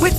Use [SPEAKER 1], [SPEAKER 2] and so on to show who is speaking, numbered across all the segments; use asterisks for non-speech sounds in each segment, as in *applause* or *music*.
[SPEAKER 1] With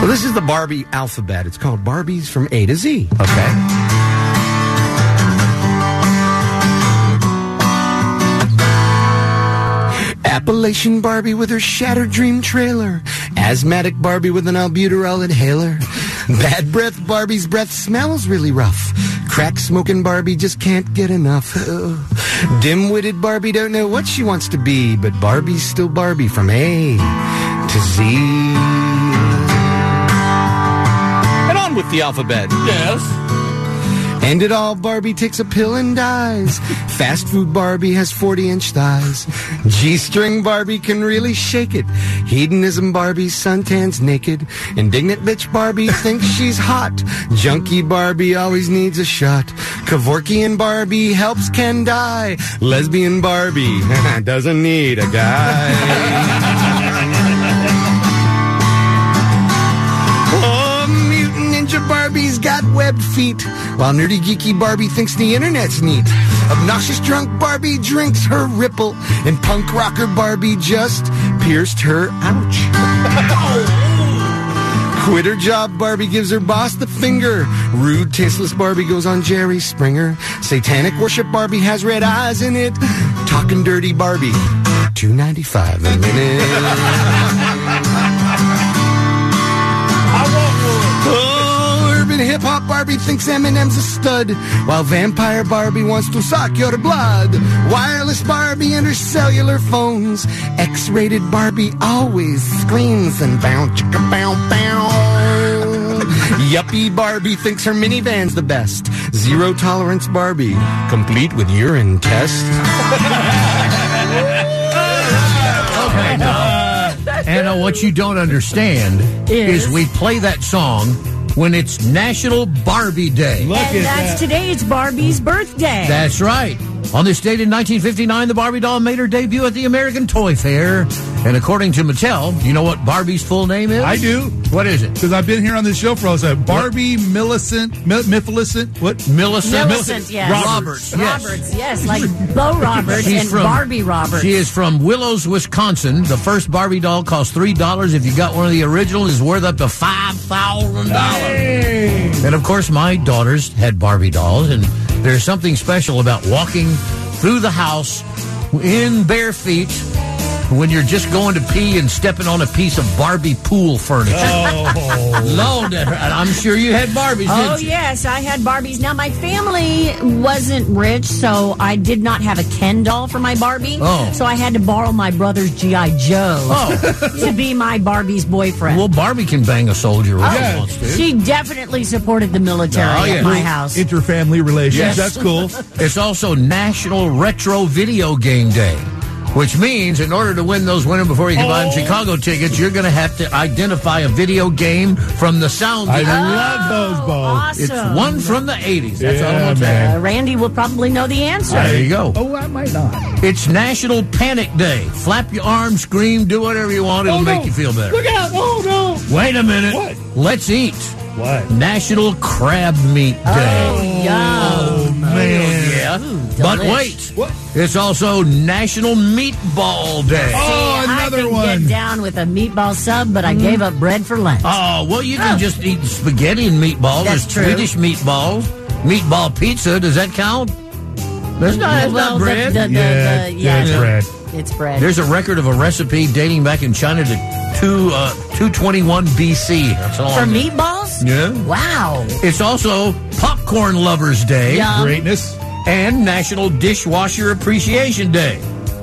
[SPEAKER 2] So this is the Barbie alphabet. It's called Barbies from A to Z. Okay. Appalachian Barbie with her shattered dream trailer. Asthmatic Barbie with an albuterol inhaler. Bad breath Barbie's breath smells really rough. Crack smoking Barbie just can't get enough. Dim witted Barbie don't know what she wants to be, but Barbie's still Barbie from A to Z. And on with the alphabet. Yes. And it all, Barbie takes a pill and dies. Fast food Barbie has 40 inch thighs. G string Barbie can really shake it. Hedonism Barbie suntans naked. Indignant bitch Barbie thinks she's hot. Junkie Barbie always needs a shot. Kevorkian Barbie helps Ken die. Lesbian Barbie *laughs* doesn't need a guy. Oh, mutant ninja Barbie's got webbed feet, while nerdy geeky Barbie thinks the internet's neat. Obnoxious drunk Barbie drinks her ripple, and punk rocker Barbie just pierced her ouch. *laughs* Quitter job Barbie gives her boss the finger. Rude, tasteless Barbie goes on Jerry Springer. Satanic worship Barbie has red eyes in it. Talking dirty Barbie, two ninety five a minute. Oh, urban hip hop Barbie thinks Eminem's a stud, while vampire Barbie wants to suck your blood. Wireless Barbie and her cellular phones. X rated Barbie always screams and bounce, chicka, bounce, bounce. Yuppie Barbie thinks her minivan's the best. Zero tolerance Barbie, complete with urine test.
[SPEAKER 3] Okay, now, Anna, uh, what you don't understand
[SPEAKER 4] Is-
[SPEAKER 3] is we play that song when it's National Barbie Day.
[SPEAKER 4] and that's today. It's Barbie's birthday.
[SPEAKER 3] That's right. On this date in 1959, the Barbie doll made her debut at the American Toy Fair. And according to Mattel, you know what Barbie's full name is?
[SPEAKER 5] I do.
[SPEAKER 3] What is it?
[SPEAKER 5] Because I've been here on this show for us. Uh, Barbie Millicent, Mi- Millicent, what?
[SPEAKER 3] Millicent.
[SPEAKER 4] Millicent, yes.
[SPEAKER 3] Roberts. yes.
[SPEAKER 4] Roberts, yes, like Bo Roberts
[SPEAKER 3] She's
[SPEAKER 4] and
[SPEAKER 3] from-
[SPEAKER 4] Barbie Roberts.
[SPEAKER 3] She is from Willows, Wisconsin. The first Barbie doll cost three dollars. If you got one of the originals, is worth up to five thousand dollars. And of course, my daughters had Barbie dolls, and there's something special about walking through the house in bare feet when you're just going to pee and stepping on a piece of Barbie pool furniture. Oh. *laughs* Lord, and I'm sure you had Barbies.
[SPEAKER 4] Oh
[SPEAKER 3] didn't you?
[SPEAKER 4] yes, I had Barbies. Now my family wasn't rich, so I did not have a Ken doll for my Barbie.
[SPEAKER 3] Oh.
[SPEAKER 4] So I had to borrow my brother's GI Joe
[SPEAKER 3] Oh.
[SPEAKER 4] *laughs* to be my Barbie's boyfriend.
[SPEAKER 3] Well, Barbie can bang a soldier if she
[SPEAKER 5] Yeah.
[SPEAKER 3] wants to.
[SPEAKER 4] she definitely supported the military
[SPEAKER 3] Oh, yeah.
[SPEAKER 4] at my house.
[SPEAKER 5] Interfamily relations.
[SPEAKER 3] Yes.
[SPEAKER 5] That's cool.
[SPEAKER 3] It's also National Retro Video Game Day, which means in order to win those winner before you can buy them
[SPEAKER 5] Oh.
[SPEAKER 3] Chicago tickets, you're going to have to identify a video game from the sound.
[SPEAKER 5] I
[SPEAKER 3] design.
[SPEAKER 5] love those balls.
[SPEAKER 3] it's
[SPEAKER 4] Oh, Awesome.
[SPEAKER 3] one from the 80s. That's all I
[SPEAKER 5] Yeah,
[SPEAKER 3] want to say.
[SPEAKER 5] man.
[SPEAKER 4] Uh, Randy will probably know the answer.
[SPEAKER 3] There you go.
[SPEAKER 5] Oh, I might not.
[SPEAKER 3] It's National Panic Day. Flap your arms, scream, do whatever you want. It'll
[SPEAKER 5] Oh,
[SPEAKER 3] make
[SPEAKER 5] no.
[SPEAKER 3] you feel better.
[SPEAKER 5] Look out. Oh,
[SPEAKER 3] Wait a minute.
[SPEAKER 5] What?
[SPEAKER 3] Let's eat.
[SPEAKER 5] no. What?
[SPEAKER 3] National Crab Meat Day.
[SPEAKER 4] Oh,
[SPEAKER 5] Man.
[SPEAKER 3] Yeah. but
[SPEAKER 4] delish.
[SPEAKER 3] wait.
[SPEAKER 5] What?
[SPEAKER 3] It's also National Meatball Day.
[SPEAKER 5] Oh,
[SPEAKER 4] I
[SPEAKER 5] another
[SPEAKER 4] can
[SPEAKER 5] one.
[SPEAKER 4] get down with a meatball sub, but I gave up bread for lunch.
[SPEAKER 3] Oh, well, you can just eat spaghetti and meatballs.
[SPEAKER 4] That's
[SPEAKER 3] There's
[SPEAKER 4] true.
[SPEAKER 3] Swedish meatballs. Meatball pizza, does that count? That's not, that's
[SPEAKER 4] Mm, well,
[SPEAKER 3] not
[SPEAKER 4] the-
[SPEAKER 3] bread.
[SPEAKER 4] the- the-
[SPEAKER 5] Yeah,
[SPEAKER 4] the-
[SPEAKER 5] yeah, it's bread.
[SPEAKER 4] It's bread.
[SPEAKER 3] There's a record of a recipe dating back in China to two, uh, 221 BC. That's all I
[SPEAKER 4] for
[SPEAKER 3] know.
[SPEAKER 4] meatballs?
[SPEAKER 3] Yeah.
[SPEAKER 4] Wow.
[SPEAKER 3] It's also Popcorn Lovers Day
[SPEAKER 4] Yeah.
[SPEAKER 5] Greatness.
[SPEAKER 3] and National Dishwasher Appreciation Day.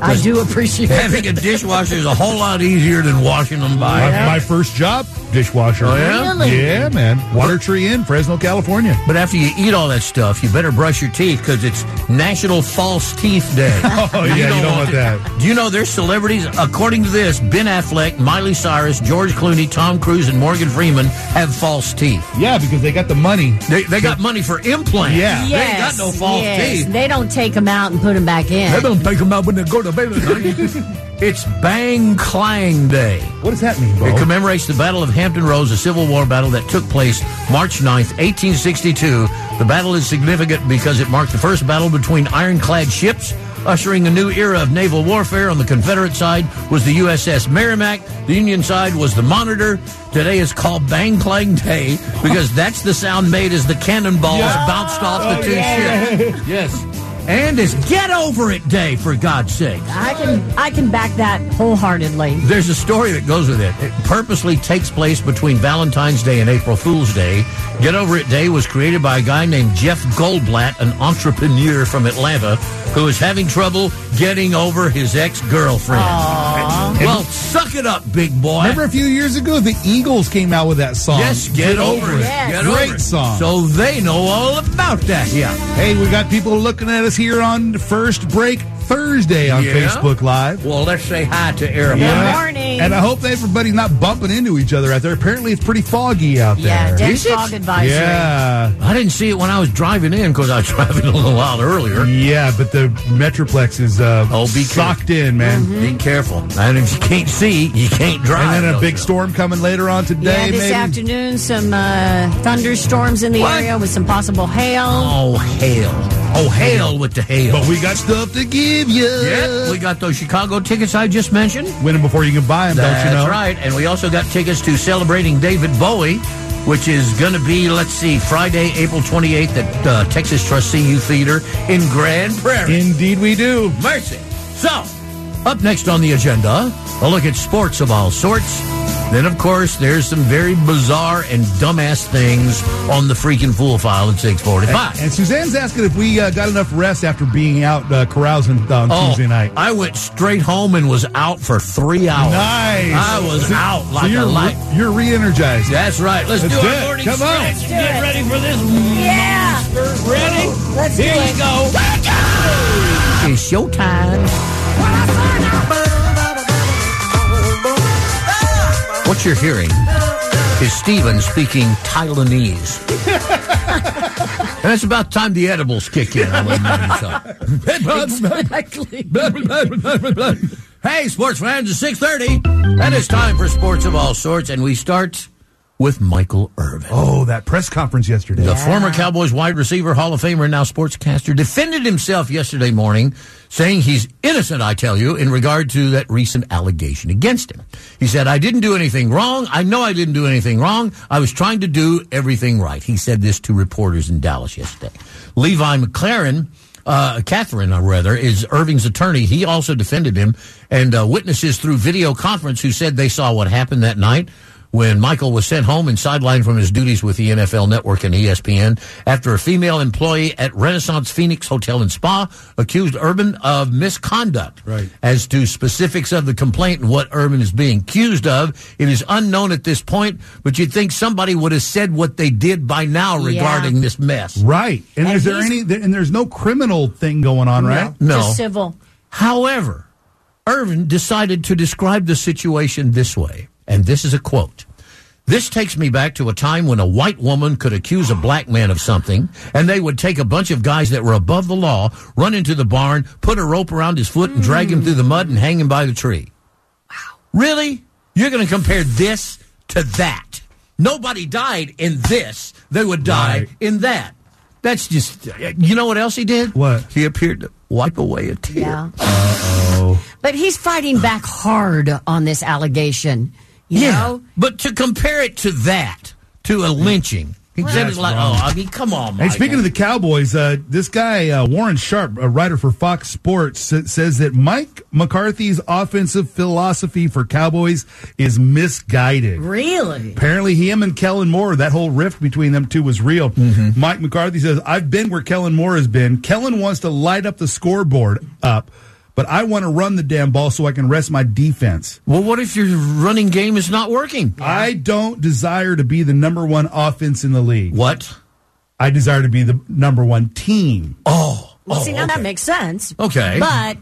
[SPEAKER 4] I do appreciate it.
[SPEAKER 3] Having a dishwasher is a whole lot easier than washing them by.
[SPEAKER 5] My, my first job, dishwasher. Oh,
[SPEAKER 3] yeah?
[SPEAKER 4] Really?
[SPEAKER 5] Yeah, man. Water Tree Inn, Fresno, California.
[SPEAKER 3] But after you eat all that stuff, you better brush your teeth because it's National False Teeth *laughs* Day.
[SPEAKER 5] Oh, yeah, you don't want
[SPEAKER 3] to-
[SPEAKER 5] that.
[SPEAKER 3] Do you know there's celebrities? According to this, Ben Affleck, Miley Cyrus, George Clooney, Tom Cruise, and Morgan Freeman have false teeth.
[SPEAKER 5] Yeah, because they got the money.
[SPEAKER 3] They, they got money for implants.
[SPEAKER 5] Yeah.
[SPEAKER 3] They ain't got
[SPEAKER 4] Yes,
[SPEAKER 3] no false
[SPEAKER 4] yes.
[SPEAKER 3] teeth.
[SPEAKER 4] They don't take them out and put them back in.
[SPEAKER 3] don't take them out when they go to bed *laughs* it's Bang Clang Day.
[SPEAKER 5] What does that mean, Bo?
[SPEAKER 3] It commemorates the Battle of Hampton Roads, a Civil War battle that took place March 9th, 1862. The battle is significant because it marked the first battle between ironclad ships, ushering a new era of naval warfare. On the Confederate side was the USS Merrimack, the Union side was the Monitor. Today is called Bang Clang Day because that's the sound made as the cannonballs bounced off the two ships. Yes. And it's Get Over It Day, for God's sake.
[SPEAKER 4] I can I can back that wholeheartedly.
[SPEAKER 3] There's a story that goes with it. It purposely takes place between Valentine's Day and April Fool's Day. Get Over It Day was created by a guy named Jeff Goldblatt, an entrepreneur from Atlanta, who is having trouble getting over his ex girlfriend. Well, suck it up, big boy.
[SPEAKER 5] Remember a few years ago, the Eagles came out with that song.
[SPEAKER 3] yes, get over it.
[SPEAKER 4] Yes.
[SPEAKER 3] Get
[SPEAKER 5] Great
[SPEAKER 3] over it.
[SPEAKER 5] song.
[SPEAKER 3] So they know all about that. Yeah.
[SPEAKER 5] Hey, we got people looking at us here on First Break Thursday on
[SPEAKER 3] Yeah.
[SPEAKER 5] Facebook Live.
[SPEAKER 3] Well, let's say hi to Eric.
[SPEAKER 4] Yeah. morning.
[SPEAKER 5] And I hope everybody's not bumping into each other out there. Apparently, it's pretty foggy out
[SPEAKER 4] Yeah,
[SPEAKER 5] there.
[SPEAKER 4] dense fog advisory.
[SPEAKER 5] Yeah,
[SPEAKER 3] I didn't see it when I was driving in because I was *laughs* driving a little out earlier.
[SPEAKER 5] yeah, but the Metroplex is uh,
[SPEAKER 3] Oh, be
[SPEAKER 5] socked in, man.
[SPEAKER 4] Mm-hmm.
[SPEAKER 3] Be careful. And if you can't see, you can't drive.
[SPEAKER 5] And then a
[SPEAKER 3] Those
[SPEAKER 5] big
[SPEAKER 3] are-
[SPEAKER 5] storm coming later on today.
[SPEAKER 4] Yeah, this
[SPEAKER 5] maybe.
[SPEAKER 4] afternoon, some uh, thunderstorms in the
[SPEAKER 3] What?
[SPEAKER 4] area with some possible hail.
[SPEAKER 3] Oh, hail. Oh, hail with the hail.
[SPEAKER 5] But we got stuff to give you.
[SPEAKER 3] yeah, we got those Chicago tickets I just mentioned.
[SPEAKER 5] Win them before you can buy them,
[SPEAKER 3] That's
[SPEAKER 5] don't you know?
[SPEAKER 3] right. And we also got tickets to celebrating David Bowie, which is going to be, let's see, Friday, April 28th at uh, Texas Trustee Youth Theater in Grand Prairie.
[SPEAKER 5] Indeed, we do.
[SPEAKER 3] Mercy. So, up next on the agenda, a look at sports of all sorts. Then, of course, there's some very bizarre and dumbass things on the freaking fool file at 645.
[SPEAKER 5] And Suzanne's asking if we uh, got enough rest after being out uh, carousing on
[SPEAKER 3] Oh.
[SPEAKER 5] Tuesday night.
[SPEAKER 3] I went straight home and was out for three hours.
[SPEAKER 5] Nice.
[SPEAKER 3] I was
[SPEAKER 5] So-
[SPEAKER 3] out
[SPEAKER 5] so
[SPEAKER 3] like
[SPEAKER 5] you're
[SPEAKER 3] a light.
[SPEAKER 5] Re- you're re-energized.
[SPEAKER 3] That's right. Let's,
[SPEAKER 5] Let's
[SPEAKER 3] do,
[SPEAKER 5] do
[SPEAKER 3] our
[SPEAKER 5] it.
[SPEAKER 3] morning
[SPEAKER 5] Come on.
[SPEAKER 3] stretch.
[SPEAKER 5] Let's
[SPEAKER 3] Get ready for this.
[SPEAKER 4] Yeah.
[SPEAKER 3] Ready?
[SPEAKER 4] Let's
[SPEAKER 3] Here
[SPEAKER 4] do
[SPEAKER 3] you
[SPEAKER 4] it.
[SPEAKER 3] go. It's showtime. What you're hearing is Steven speaking Thailandese. and it's about time the edibles kick in. I wouldn't mind yourself.
[SPEAKER 4] Exactly.
[SPEAKER 3] hey, sports fans, it's 6.30. That is time for sports of all sorts, and we start with Michael Irvin.
[SPEAKER 5] Oh, that press conference yesterday.
[SPEAKER 3] The former Cowboys wide receiver, Hall of Famer, and now sportscaster, defended himself yesterday morning, saying he's innocent, I tell you, in regard to that recent allegation against him. He said, I didn't do anything wrong. I know I didn't do anything wrong. I was trying to do everything right. He said this to reporters in Dallas yesterday. Levi McLaren, uh, Catherine, uh, rather, is Irving's attorney. He also defended him, and uh, witnesses through video conference who said they saw what happened that night when Michael was sent home and sidelined from his duties with the NFL Network and E ESPN after a female employee at Renaissance Phoenix Hotel and Spa accused Urban of misconduct.
[SPEAKER 5] Right.
[SPEAKER 3] As to specifics of the complaint and what Urban is being accused of, it is unknown at this point, but you'd think somebody would have said what they did by now regarding this mess.
[SPEAKER 5] Right. And,
[SPEAKER 4] And
[SPEAKER 5] is there
[SPEAKER 4] he's-
[SPEAKER 5] any? there- And there's no criminal thing going on, right?
[SPEAKER 3] No.
[SPEAKER 4] Just civil.
[SPEAKER 3] However, Irvin decided to describe the situation this way, and this is a quote. This takes me back to a time when a white woman could accuse a black man of something, and they would take a bunch of guys that were above the law, run into the barn, put a rope around his foot, and drag him through the mud and hang him by the tree. Really? You're going to compare this to that? Nobody died in this. They would die
[SPEAKER 5] Right.
[SPEAKER 3] in that. That's just. You know what else he did?
[SPEAKER 5] What?
[SPEAKER 3] He appeared to wipe away a tear.
[SPEAKER 4] Yeah. But he's fighting back hard on this allegation. You know?
[SPEAKER 3] But to compare it to that, to a lynching, he said it's like, oh, I mean, come on,
[SPEAKER 5] Hey,
[SPEAKER 3] Michael.
[SPEAKER 5] speaking of the Cowboys, uh, this guy uh, Warren Sharp, a writer for Fox Sports, s- says that Mike McCarthy's offensive philosophy for Cowboys is misguided.
[SPEAKER 4] Really?
[SPEAKER 5] Apparently, him and Kellen Moore, that whole rift between them two was real. Mike McCarthy says, I've been where Kellen Moore has been. Kellen wants to light up the scoreboard up. but I want to run the damn ball so I can rest my defense.
[SPEAKER 3] Well, what if your running game is not working?
[SPEAKER 5] I don't desire to be the number one offense in the league.
[SPEAKER 3] What?
[SPEAKER 5] I desire to be the number one team.
[SPEAKER 3] Oh,
[SPEAKER 4] Well,
[SPEAKER 3] oh,
[SPEAKER 4] see, now that
[SPEAKER 3] okay.
[SPEAKER 4] makes sense.
[SPEAKER 3] Okay.
[SPEAKER 4] But,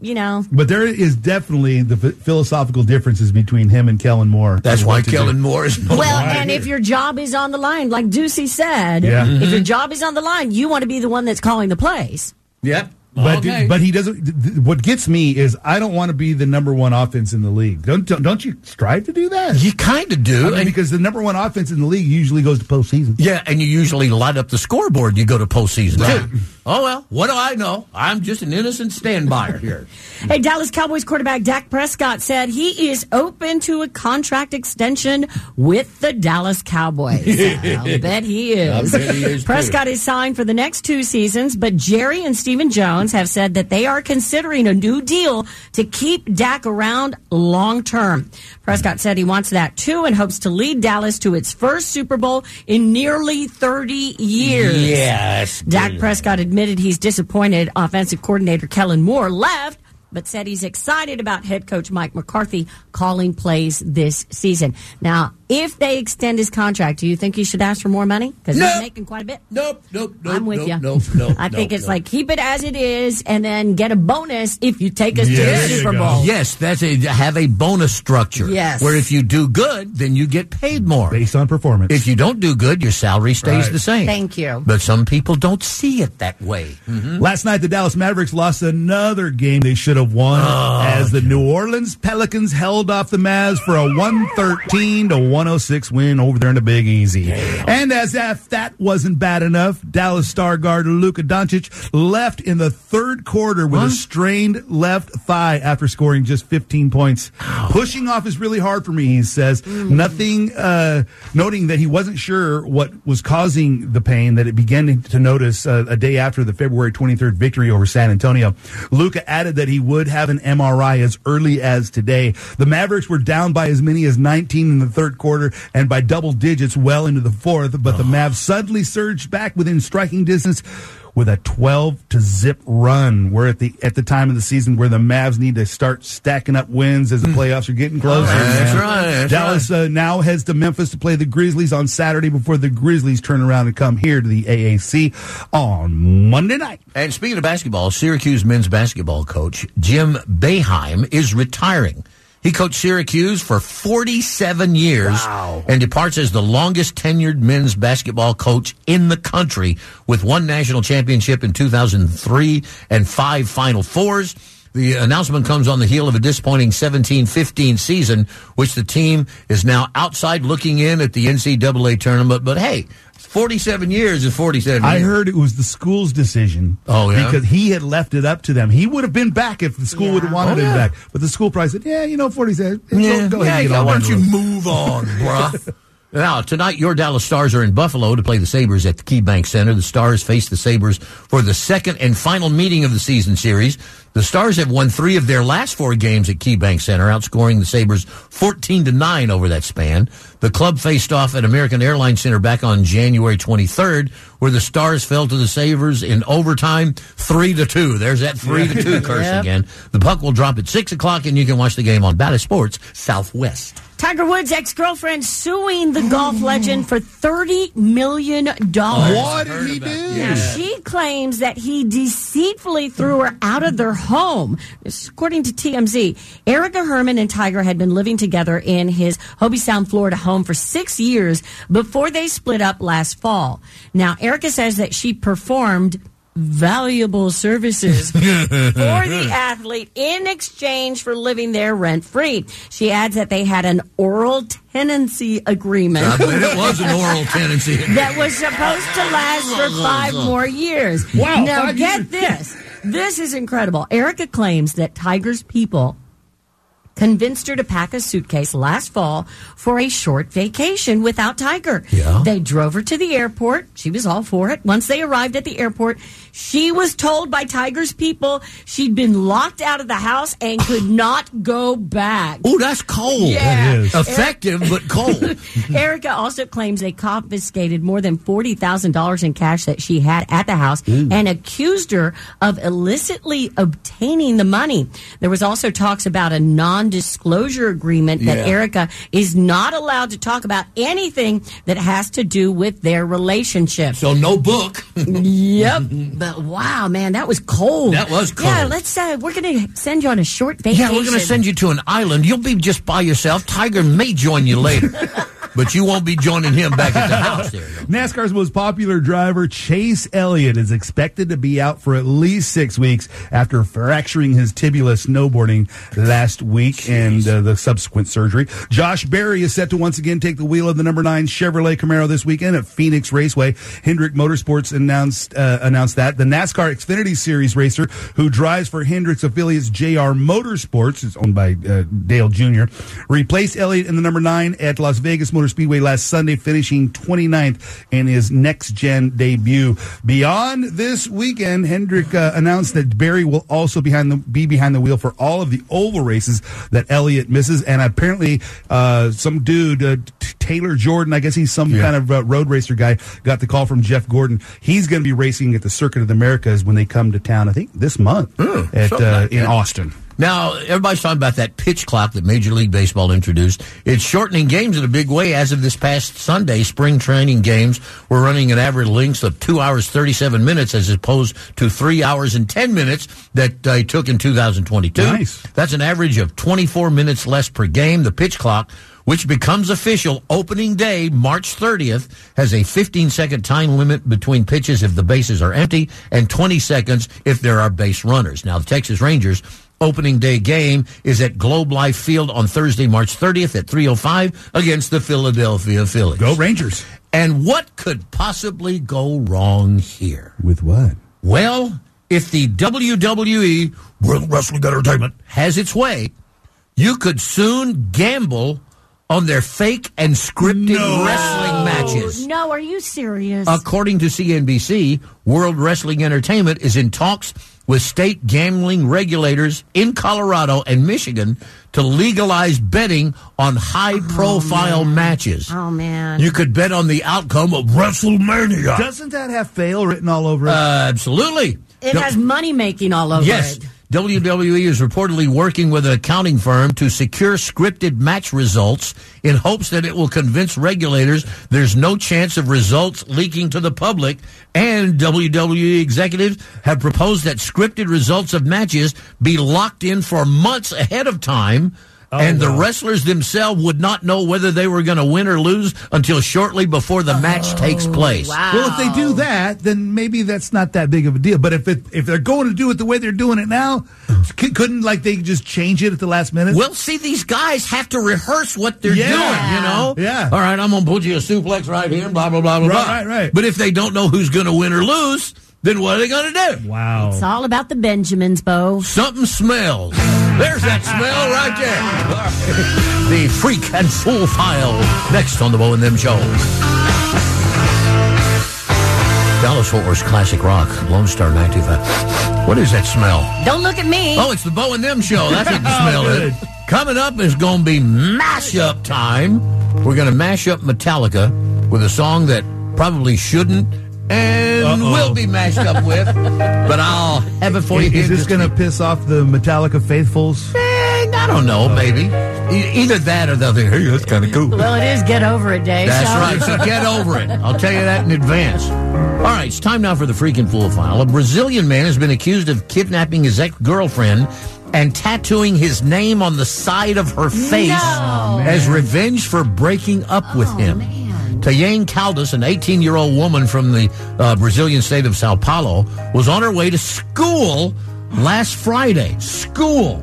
[SPEAKER 4] you know,
[SPEAKER 5] But there is definitely the ph- philosophical differences between him and Kellen Moore.
[SPEAKER 3] That's
[SPEAKER 5] on
[SPEAKER 3] why
[SPEAKER 5] what to
[SPEAKER 3] Kellen
[SPEAKER 5] do.
[SPEAKER 3] Moore is.
[SPEAKER 4] *laughs*
[SPEAKER 3] No
[SPEAKER 4] well,
[SPEAKER 3] longer-
[SPEAKER 4] and if your job is on the line, like Ducey said,
[SPEAKER 5] Yeah.
[SPEAKER 4] if
[SPEAKER 3] Mm-hmm.
[SPEAKER 4] your job is on the line, you want to be the one that's calling the plays.
[SPEAKER 3] yep.
[SPEAKER 5] But
[SPEAKER 3] Okay.
[SPEAKER 5] but he doesn't. th- th- What gets me is I don't want to be the number one offense in the league. Don't don't, don't you strive to do that?
[SPEAKER 3] you kind of do,
[SPEAKER 5] I mean,
[SPEAKER 3] and-
[SPEAKER 5] because the number one offense in the league usually goes to postseason.
[SPEAKER 3] yeah, and you usually light up the scoreboard. You go to postseason too. Oh well, what do I know? I'm just an innocent standby *laughs* here.
[SPEAKER 4] Hey, Dallas Cowboys quarterback Dak Prescott said he is open to a contract extension with the Dallas Cowboys.
[SPEAKER 3] *laughs*
[SPEAKER 4] I'll bet he is.
[SPEAKER 3] bet he is, too.
[SPEAKER 4] Uh, Prescott is signed for the next two seasons, but Jerry and Stephen Jones have said that they are considering a new deal to keep Dak around long term. Prescott said he wants that too and hopes to lead Dallas to its first Super Bowl in nearly 30 years.
[SPEAKER 3] Yes,
[SPEAKER 4] Dak Prescott admitted he's disappointed offensive coordinator Kellen Moore left, but said he's excited about head coach Mike McCarthy calling plays this season. Now, if they extend his contract, do you think he should ask for more money? Because
[SPEAKER 3] No.
[SPEAKER 4] he's making quite a bit.
[SPEAKER 3] Nope, nope, nope.
[SPEAKER 4] I'm with
[SPEAKER 3] nope,
[SPEAKER 4] you.
[SPEAKER 3] Nope, nope,
[SPEAKER 4] *laughs* I think
[SPEAKER 3] nope,
[SPEAKER 4] it's
[SPEAKER 3] nope.
[SPEAKER 4] like keep it as it is, and then get a bonus if you take us
[SPEAKER 5] Yes.
[SPEAKER 4] to the Super
[SPEAKER 5] There you go.
[SPEAKER 4] Bowl.
[SPEAKER 3] Yes, that's a have a bonus structure.
[SPEAKER 4] Yes.
[SPEAKER 3] where if you do good, then you get paid more.
[SPEAKER 5] Based on performance.
[SPEAKER 3] If you don't do good, your salary stays
[SPEAKER 5] Right.
[SPEAKER 3] the same.
[SPEAKER 4] Thank you.
[SPEAKER 3] But some people don't see it that way.
[SPEAKER 5] Mm-hmm. Last night, the Dallas Mavericks lost another game they should have won as the New Orleans Pelicans held off the Mavs for a 113 to 106 win over there in the Big Easy. And as if that wasn't bad enough, Dallas star guard Luka Doncic left in the third quarter with a strained left thigh after scoring just 15 points. Pushing off is really hard for me, he says. Nothing, uh, noting that he wasn't sure what was causing the pain that it began to notice uh, a day after the February 23rd victory over San Antonio. Luca added that he would have an MRI as early as today. The Mavericks were down by as many as 19 in the third quarter and by double digits well into the fourth, but the Mavs suddenly surged back within striking distance with a 12 to zip run. We're at the at the time of the season where the Mavs need to start stacking up wins as the playoffs are getting closer.
[SPEAKER 3] Hmm. That's
[SPEAKER 5] man.
[SPEAKER 3] right, that's
[SPEAKER 5] Dallas uh, now heads to Memphis to play the Grizzlies on Saturday before the Grizzlies turn around and come here to the AAC on Monday night.
[SPEAKER 3] And speaking of basketball, Syracuse men's basketball coach Jim Beheim is retiring. He coached Syracuse for 47 years and departs as the longest tenured men's basketball coach in the country with one national championship in 2003 and five Final Fours. The announcement comes on the heel of a disappointing 17 15 season, which the team is now outside looking in at the NCAA tournament. But hey, 47 years is 47
[SPEAKER 5] I
[SPEAKER 3] years.
[SPEAKER 5] heard it was the school's decision.
[SPEAKER 3] Oh, yeah?
[SPEAKER 5] Because he had left it up to them. He would have been back if the school would have wanted
[SPEAKER 3] Oh,
[SPEAKER 5] him
[SPEAKER 3] yeah.
[SPEAKER 5] back. But the school probably said, yeah, you know, 40 said,
[SPEAKER 3] Yeah,
[SPEAKER 5] go, go ahead and get
[SPEAKER 3] yeah,
[SPEAKER 5] on
[SPEAKER 3] why
[SPEAKER 5] down
[SPEAKER 3] don't
[SPEAKER 5] the
[SPEAKER 3] you
[SPEAKER 5] road."
[SPEAKER 3] move on, bruh? *laughs* Now, tonight, your Dallas Stars are in Buffalo to play the Sabres at the KeyBank Center. The Stars face the Sabres for the second and final meeting of the season series. The Stars have won three of their last four games at KeyBank Center, outscoring the Sabres 14 to 9 over that span. The club faced off at American Airlines Center back on January 23rd, where the Stars fell to the Sabres in overtime 3 to 2. There's that 3 to *laughs* 2 curse again. The puck will drop at 6 o'clock, and you can watch the game on Bally Sports Southwest.
[SPEAKER 4] Tiger Woods' ex-girlfriend suing the golf legend for $30 million.
[SPEAKER 3] Oh,
[SPEAKER 5] What did he do?
[SPEAKER 4] Now, she claims that he deceitfully threw her out of their home. This is according to TMZ. Erica Herman and Tiger had been living together in his Hobie Sound, Florida home for six years before they split up last fall. Now, Erica says that she performed valuable services for the athlete in exchange for living there rent free. She adds that they had an oral tenancy agreement
[SPEAKER 3] I believe it was an *laughs* oral tendency.
[SPEAKER 4] that was supposed to last for five more years.
[SPEAKER 5] Wow,
[SPEAKER 4] Now
[SPEAKER 5] five
[SPEAKER 4] get
[SPEAKER 5] years.
[SPEAKER 4] this. This is incredible. Erica claims that Tiger's people convinced her to pack a suitcase last fall for a short vacation without Tiger.
[SPEAKER 3] Yeah.
[SPEAKER 4] They drove her to the airport. She was all for it. Once they arrived at the airport, she was told by Tiger's people she'd been locked out of the house and could not go back.
[SPEAKER 3] Oh, that's cold.
[SPEAKER 4] Yeah.
[SPEAKER 5] That is.
[SPEAKER 3] Effective, but cold.
[SPEAKER 4] Erica also claims they confiscated more than $40,000 in cash that she had at the house
[SPEAKER 3] Mm.
[SPEAKER 4] and accused her of illicitly obtaining the money. There was also talks about a non-disclosure agreement that
[SPEAKER 3] Yeah.
[SPEAKER 4] Erica is not allowed to talk about anything that has to do with their relationship.
[SPEAKER 3] *laughs* so no book.
[SPEAKER 4] Yep. but wow, man, that was cold.
[SPEAKER 3] That was
[SPEAKER 4] Yeah,
[SPEAKER 3] cold.
[SPEAKER 4] let's uh we're going to send you on a short vacation.
[SPEAKER 3] Yeah, we're going to send you to an island. You'll be just by yourself. Tiger may join you later, *laughs* but you won't be joining him back at the house *laughs* there.
[SPEAKER 5] NASCAR's most popular driver, Chase Elliott, is expected to be out for at least six weeks after fracturing his tibia snowboarding last week and uh, the subsequent surgery. Josh Berry is set to once again take the wheel of the number nine Chevrolet Camaro this weekend at Phoenix Raceway. Hendrick Motorsports announced uh, announced that the NASCAR Xfinity Series racer who drives for Hendrick's affiliates JR Motorsports, it's owned by uh, Dale Jr., replaced Elliott in the number nine at Las Vegas Motor Speedway last Sunday, finishing 29th in his next gen debut. Beyond this weekend, Hendrick uh, announced that Barry will also behind the, be behind the wheel for all of the oval races that Elliott misses. And apparently, uh, some dude, uh, T- Taylor Jordan, I guess he's some kind of uh, road racer guy, got the call from Jeff Gordon. He's going to be racing at the Circuit of the Americas when they come to town, I think this month at,
[SPEAKER 3] Hmm, something
[SPEAKER 5] uh,
[SPEAKER 3] like
[SPEAKER 5] in
[SPEAKER 3] that.
[SPEAKER 5] Austin.
[SPEAKER 3] Now, everybody's talking about that pitch clock that Major League Baseball introduced. It's shortening games in a big way. As of this past Sunday, spring training games were running an average length of two hours, 37 minutes, as opposed to three hours and 10 minutes that they took in 2022.
[SPEAKER 5] Nice.
[SPEAKER 3] That's an average of 24 minutes less per game. The pitch clock, which becomes official opening day, March 30th, has a 15 second time limit between pitches if the bases are empty and 20 seconds if there are base runners. Now, the Texas Rangers opening day game is at Globe Life Field on Thursday, March 30th at 305 against the Philadelphia Phillies.
[SPEAKER 5] Go Rangers.
[SPEAKER 3] And what could possibly go wrong here?
[SPEAKER 5] With what?
[SPEAKER 3] Well, if the WWE World Wrestling Entertainment has its way, you could soon gamble on their fake and scripted wrestling matches.
[SPEAKER 4] No, are you serious?
[SPEAKER 3] According to CNBC, World Wrestling Entertainment is in talks with state gambling regulators in Colorado and Michigan to legalize betting on high profile matches.
[SPEAKER 4] oh man.
[SPEAKER 3] You could bet on the outcome of WrestleMania. Uh,
[SPEAKER 5] Doesn't that have fail written all over it?
[SPEAKER 3] Absolutely.
[SPEAKER 4] it
[SPEAKER 3] Don't-
[SPEAKER 4] has money making all over
[SPEAKER 3] Yes.
[SPEAKER 4] it.
[SPEAKER 3] WWE is reportedly working with an accounting firm to secure scripted match results in hopes that it will convince regulators there's no chance of results leaking to the public. And WWE executives have proposed that scripted results of matches be locked in for months ahead of time. and the wrestlers themselves would not know whether they were going to win or lose until shortly before the match takes
[SPEAKER 4] Oh,
[SPEAKER 3] place.
[SPEAKER 5] Well, if they do that, then maybe that's not that big of a deal. But if it, if they're going to do it the way they're doing it now, c- couldn't like they just change it at the last minute?
[SPEAKER 3] Well, see, these guys have to rehearse what they're
[SPEAKER 5] Yeah.
[SPEAKER 3] doing, you know?
[SPEAKER 5] Yeah.
[SPEAKER 3] All right, I'm going to put you a suplex right here, blah, blah, blah, blah,
[SPEAKER 5] Right,
[SPEAKER 3] blah.
[SPEAKER 5] right, right.
[SPEAKER 3] But if they don't know who's going to win or lose, then what are they going to do?
[SPEAKER 5] wow.
[SPEAKER 4] It's all about the Benjamins, Bo.
[SPEAKER 3] Something smells. There's that smell right there. All right. the freak and full file next on the Bo and Them Show. Dallas Fort Worth Classic Rock, Lone Star 925. What is that smell?
[SPEAKER 4] Don't look at me.
[SPEAKER 3] Oh, it's the Bo and Them show. That's
[SPEAKER 5] *laughs*
[SPEAKER 3] what the smell
[SPEAKER 5] Oh, Good.
[SPEAKER 3] is. Coming up is going to be mashup time. We're going to mash up Metallica with a song that probably shouldn't and
[SPEAKER 5] Uh-oh.
[SPEAKER 3] will be mashed up with, but I'll have it for you.
[SPEAKER 5] Is
[SPEAKER 3] here
[SPEAKER 5] this
[SPEAKER 3] just-
[SPEAKER 5] going to piss off the Metallica faithfuls?
[SPEAKER 3] Eh, I don't know, maybe. E- Either that or they'll think, hey, that's kind of cool.
[SPEAKER 4] Well, it is get over it, Dave.
[SPEAKER 3] That's
[SPEAKER 4] so-
[SPEAKER 3] right. So get over it. I'll tell you that in advance. All right, it's time now for the freaking fool file. A Brazilian man has been accused of kidnapping his ex girlfriend and tattooing his name on the side of her face as revenge for breaking up with him. Tayane Caldas, an 18 year old woman from the uh, Brazilian state of Sao Paulo, was on her way to school last Friday. School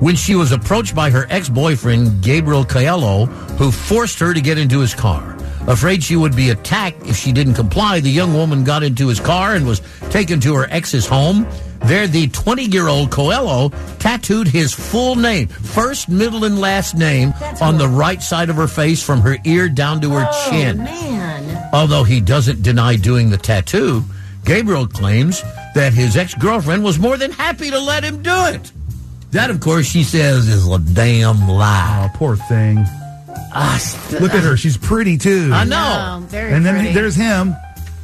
[SPEAKER 3] when she was approached by her ex-boyfriend Gabriel Coelho, who forced her to get into his car. Afraid she would be attacked if she didn't comply, the young woman got into his car and was taken to her ex's home. There, the 20 year old Coelho tattooed his full name, first, middle, and last name, on the right side of her face from her ear down to her chin.
[SPEAKER 4] Man.
[SPEAKER 3] Although he doesn't deny doing the tattoo, Gabriel claims that his ex girlfriend was more than happy to let him do it. That, of course, she says is a damn lie.
[SPEAKER 5] Oh, poor thing.
[SPEAKER 3] I, st-
[SPEAKER 5] Look at her. She's pretty, too.
[SPEAKER 3] I
[SPEAKER 4] Oh,
[SPEAKER 3] know.
[SPEAKER 4] very
[SPEAKER 5] And then
[SPEAKER 4] pretty.
[SPEAKER 5] there's him.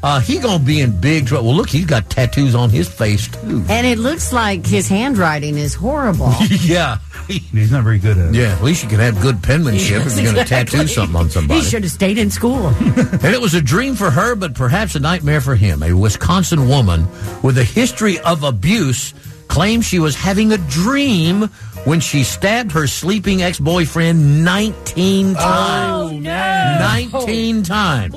[SPEAKER 3] Uh, he gonna be in big trouble. Well, look, he's got tattoos on his face too. *laughs*
[SPEAKER 6] And it looks like his handwriting is horrible.
[SPEAKER 3] yeah,
[SPEAKER 5] He's not very good at it.
[SPEAKER 3] yeah. At least you can have good penmanship if you're gonna tattoo
[SPEAKER 4] Exactly.
[SPEAKER 3] something on somebody.
[SPEAKER 4] He should have stayed in school.
[SPEAKER 3] And it was a dream for her, but perhaps a nightmare for him. A Wisconsin woman with a history of abuse claimed she was having a dream when she stabbed her sleeping ex boyfriend 19 times.
[SPEAKER 4] no.
[SPEAKER 3] 19 times.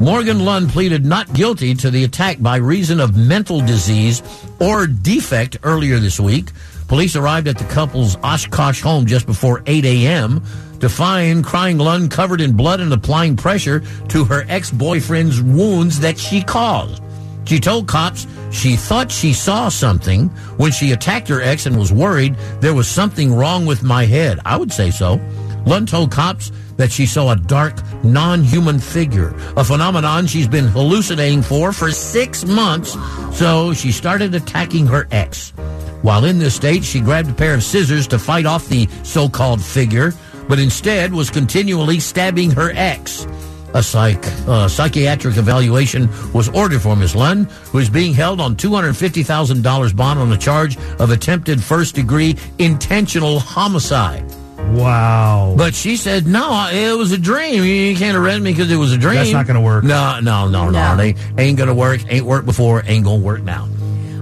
[SPEAKER 3] Morgan Lund pleaded not guilty to the attack by reason of mental disease or defect earlier this week. Police arrived at the couple's Oshkosh home just before 8 a.m. to find crying Lund covered in blood and applying pressure to her ex boyfriend's wounds that she caused. She told cops she thought she saw something when she attacked her ex and was worried there was something wrong with my head. I would say so. Lund told cops that she saw a dark, non human figure, a phenomenon she's been hallucinating for for six months, so she started attacking her ex. While in this state, she grabbed a pair of scissors to fight off the so called figure, but instead was continually stabbing her ex. A psych, uh, psychiatric evaluation was ordered for Ms. Lund, who is being held on $250,000 bond on a charge of attempted first degree intentional homicide.
[SPEAKER 5] Wow.
[SPEAKER 3] But she said, no, it was a dream. You can't arrest me because it was a dream.
[SPEAKER 5] That's not gonna work.
[SPEAKER 3] No, no, no, no.
[SPEAKER 4] No.
[SPEAKER 3] They ain't going to work. Ain't worked before. Ain't going to work now.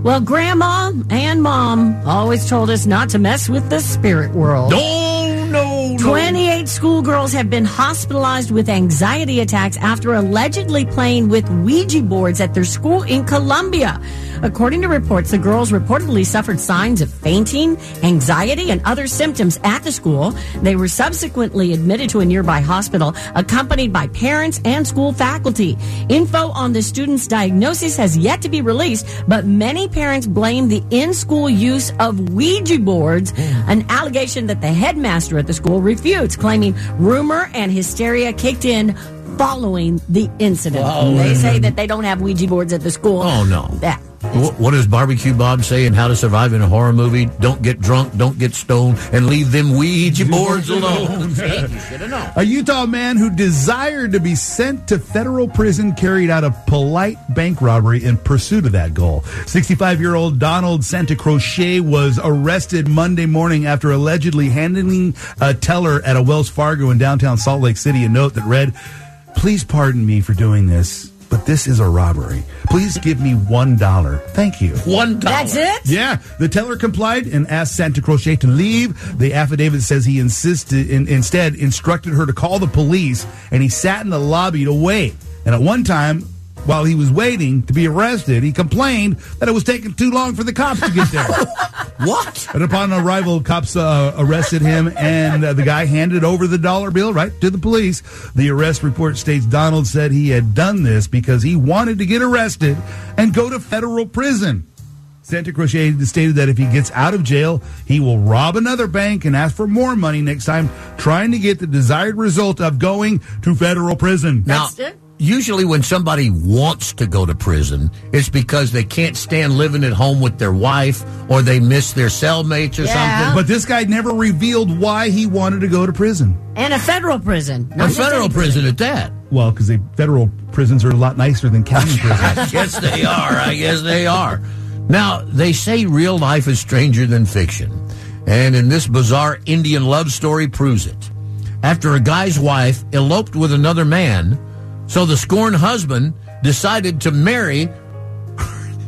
[SPEAKER 4] Well, Grandma and Mom always told us not to mess with the spirit world.
[SPEAKER 3] No, no, no.
[SPEAKER 4] 28 schoolgirls have been hospitalized with anxiety attacks after allegedly playing with Ouija boards at their school in Colombia. According to reports, the girls reportedly suffered signs of fainting, anxiety, and other symptoms at the school. They were subsequently admitted to a nearby hospital, accompanied by parents and school faculty. Info on the students' diagnosis has yet to be released, but many parents blame the in school use of Ouija boards, an allegation that the headmaster at the school refutes, claiming rumor and hysteria kicked in following the incident.
[SPEAKER 3] Following.
[SPEAKER 4] They say that they don't have Ouija boards at the school.
[SPEAKER 3] Oh, no.
[SPEAKER 4] That.
[SPEAKER 3] Wh- What does Barbecue Bob say in How to Survive in a Horror Movie? Don't get drunk, don't get stoned, and leave them Ouija
[SPEAKER 5] *laughs*
[SPEAKER 3] boards alone.
[SPEAKER 5] A Utah man who desired to be sent to federal prison carried out a polite bank robbery in pursuit of that goal. 65 year old Donald Santa Croce was arrested Monday morning after allegedly handing a teller at a Wells Fargo in downtown Salt Lake City a note that read, Please pardon me for doing this, but this is a robbery. Please give me $1. Thank you.
[SPEAKER 3] One dollar.
[SPEAKER 4] That's it?
[SPEAKER 5] Yeah, the teller complied and asked Santa Croce to leave. The affidavit says he insisted, in, instead instructed her to call the police, and he sat in the lobby to wait. And at one time, while he was waiting to be arrested, he complained that it was taking too long for the cops to get there.
[SPEAKER 3] What?
[SPEAKER 5] and upon arrival, cops uh, arrested him, and uh, the guy handed over the dollar bill right to the police. The arrest report states Donald said he had done this because he wanted to get arrested and go to federal prison. Santa Croce stated that if he gets out of jail, he will rob another bank and ask for more money next time, trying to get the desired result of going to federal prison.
[SPEAKER 3] Now,
[SPEAKER 4] That's it?
[SPEAKER 3] usually when somebody wants to go to prison, it's because they can't stand living at home with their wife or they miss their cellmates or
[SPEAKER 6] Yeah.
[SPEAKER 3] something.
[SPEAKER 5] but this guy never revealed why he wanted to go to prison.
[SPEAKER 6] And a federal prison.
[SPEAKER 3] But
[SPEAKER 6] Not
[SPEAKER 3] a
[SPEAKER 6] just
[SPEAKER 3] federal
[SPEAKER 6] any
[SPEAKER 3] prison at that.
[SPEAKER 5] Well, because federal prisons are a lot nicer than county prisons.
[SPEAKER 3] *laughs* I guess they are. I guess they are. Now, they say real life is stranger than fiction. And in this bizarre Indian love story proves it. After a guy's wife eloped with another man, so the scorned husband decided to marry *laughs*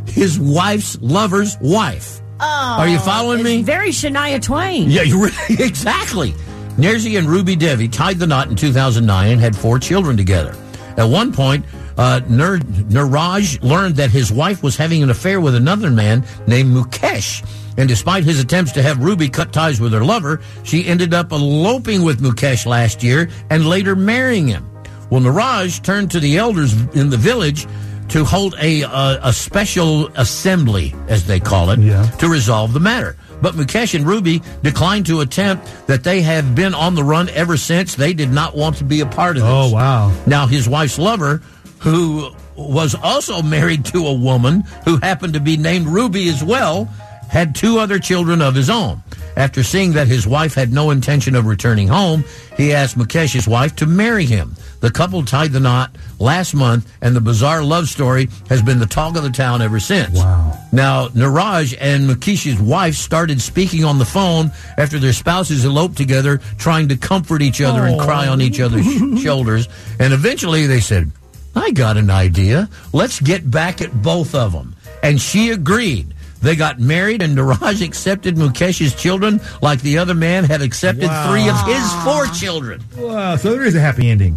[SPEAKER 3] his wife's lover's wife. are you following me?
[SPEAKER 4] Very Shania Twain.
[SPEAKER 3] Yeah, you re- *laughs* exactly. Nerzi and Ruby Devi tied the knot in 2009 and had four children together. At one point, uh, Ner- Niraj learned that his wife was having an affair with another man named Mukesh. And despite his attempts to have Ruby cut ties with her lover, she ended up eloping with Mukesh last year and later marrying him. Well, Niraj turned to the elders in the village to hold a uh, a special assembly, as they call it,
[SPEAKER 5] Yeah.
[SPEAKER 3] to resolve the matter. But Mukesh and Ruby declined to attempt that they have been on the run ever since. They did not want to be a part of this.
[SPEAKER 5] Oh, wow.
[SPEAKER 3] Now, his wife's lover, who was also *laughs* married to a woman who happened to be named Ruby as well, had two other children of his own. After seeing that his wife had no intention of returning home, he asked Mukesh's wife to marry him. The couple tied the knot last month, and the bizarre love story has been the talk of the town ever since.
[SPEAKER 5] Wow.
[SPEAKER 3] Now, Niraj and Mukesh's wife started speaking on the phone after their spouses eloped together, trying to comfort each other and cry on each other's sh- shoulders. And eventually they said, I got an idea. Let's get back at both of them. And she agreed. They got married, and Niraj accepted Mukesh's children like the other man had accepted
[SPEAKER 5] Wow.
[SPEAKER 3] three of his four children.
[SPEAKER 5] Wow, so there is a happy ending.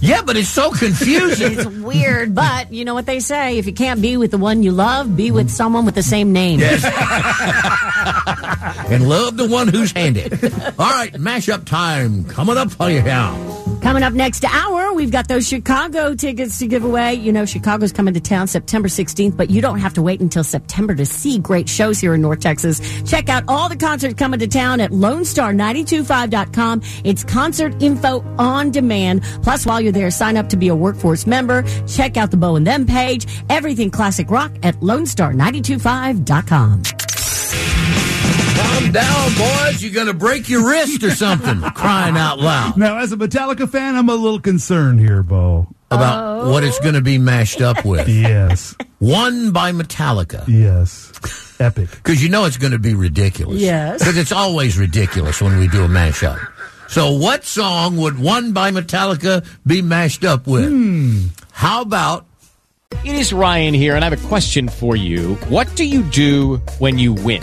[SPEAKER 3] Yeah, but it's so
[SPEAKER 4] *laughs*
[SPEAKER 7] *laughs*
[SPEAKER 3] confusing.
[SPEAKER 7] It's weird, but you know what they say: if you can't be with the one you love, be with someone with the same name.
[SPEAKER 3] and love the one who's handed. All right, mashup time coming up on you now.
[SPEAKER 4] Coming up next hour, we've got those Chicago tickets to give away. You know, Chicago's coming to town September 16th, but you don't have to wait until September to see great shows here in North Texas. Check out all the concerts coming to town at LoneStar925.com. It's concert info on demand. Plus, while you're there, sign up to be a workforce member. Check out the Bow and Them page. Everything classic rock at LoneStar925.com.
[SPEAKER 3] Calm down, boys. You're going to break your wrist or something. crying out loud
[SPEAKER 5] Now, as a Metallica fan, I'm a little concerned here, Bo.
[SPEAKER 3] about what it's going to be mashed up with.
[SPEAKER 5] Yes, *laughs*
[SPEAKER 3] One by Metallica.
[SPEAKER 5] yes. Epic.
[SPEAKER 3] Because you know it's going to be ridiculous.
[SPEAKER 4] Yes.
[SPEAKER 3] Because it's always ridiculous when we do a mashup. So, what song would One by Metallica be mashed up with? How about
[SPEAKER 8] It is Ryan here, and I have a question for you. What do you do when you win?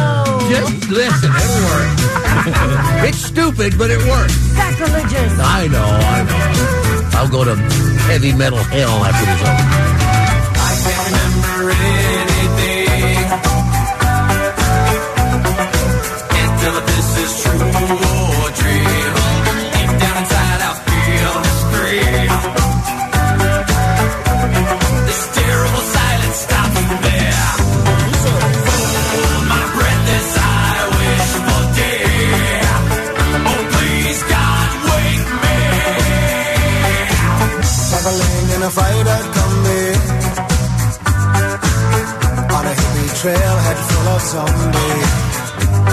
[SPEAKER 3] Just listen, it works. it's stupid, but it works.
[SPEAKER 7] Sacrilegious.
[SPEAKER 3] I know, I know. I'll go to heavy metal hell after this. Over.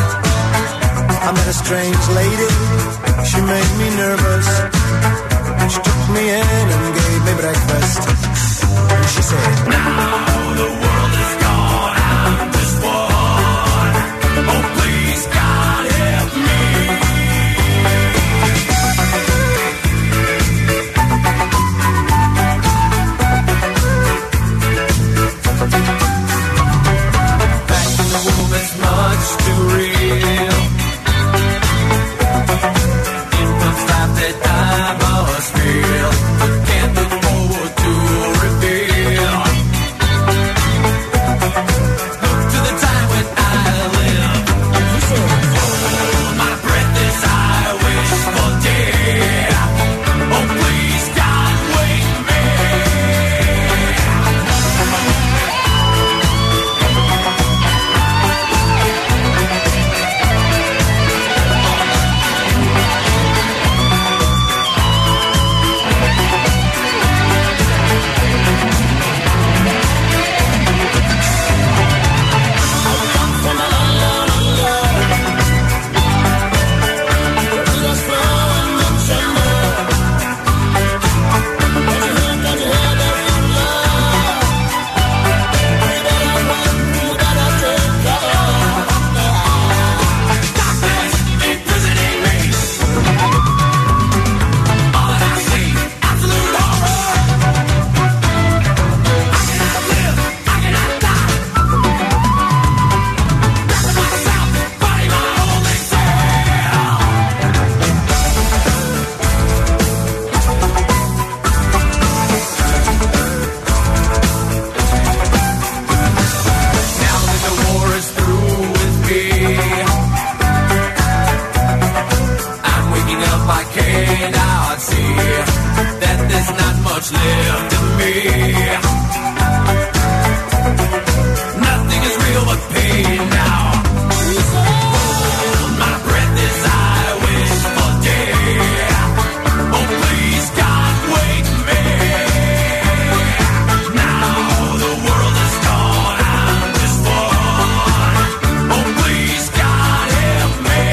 [SPEAKER 9] I met a strange lady. She made me nervous. She took me in and gave me breakfast. She said, Now
[SPEAKER 3] Oh,
[SPEAKER 9] the world is gone. I'm just one. Oh, please, God, help me. Back in the womb is much too real. Infants laughed at time.
[SPEAKER 3] Oh,
[SPEAKER 9] much left in me. Nothing is real but pain now. Hold my breath as I wish for death. Oh, please, God, wake me. Now the world is gone, I'm just one. Oh, please, God, help me.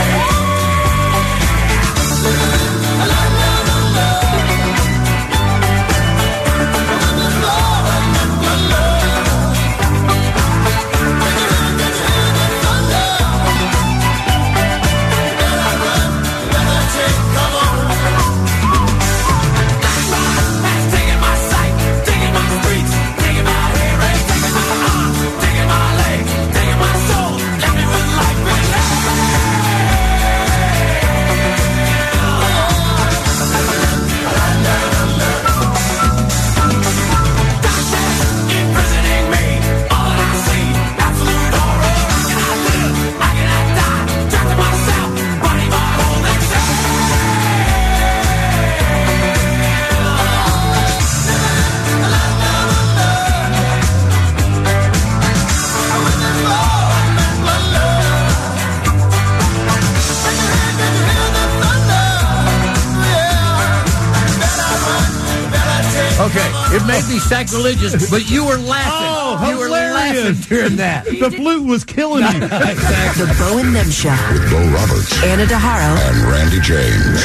[SPEAKER 3] Okay, it may be sacrilegious, but you were laughing.
[SPEAKER 5] Oh,
[SPEAKER 3] you were laughing
[SPEAKER 5] hilarious.
[SPEAKER 3] during that.
[SPEAKER 5] The flute was killing me.
[SPEAKER 10] The Bo and Them Show.
[SPEAKER 11] Bo Roberts
[SPEAKER 10] Anna DeHaro.
[SPEAKER 11] and Randy James.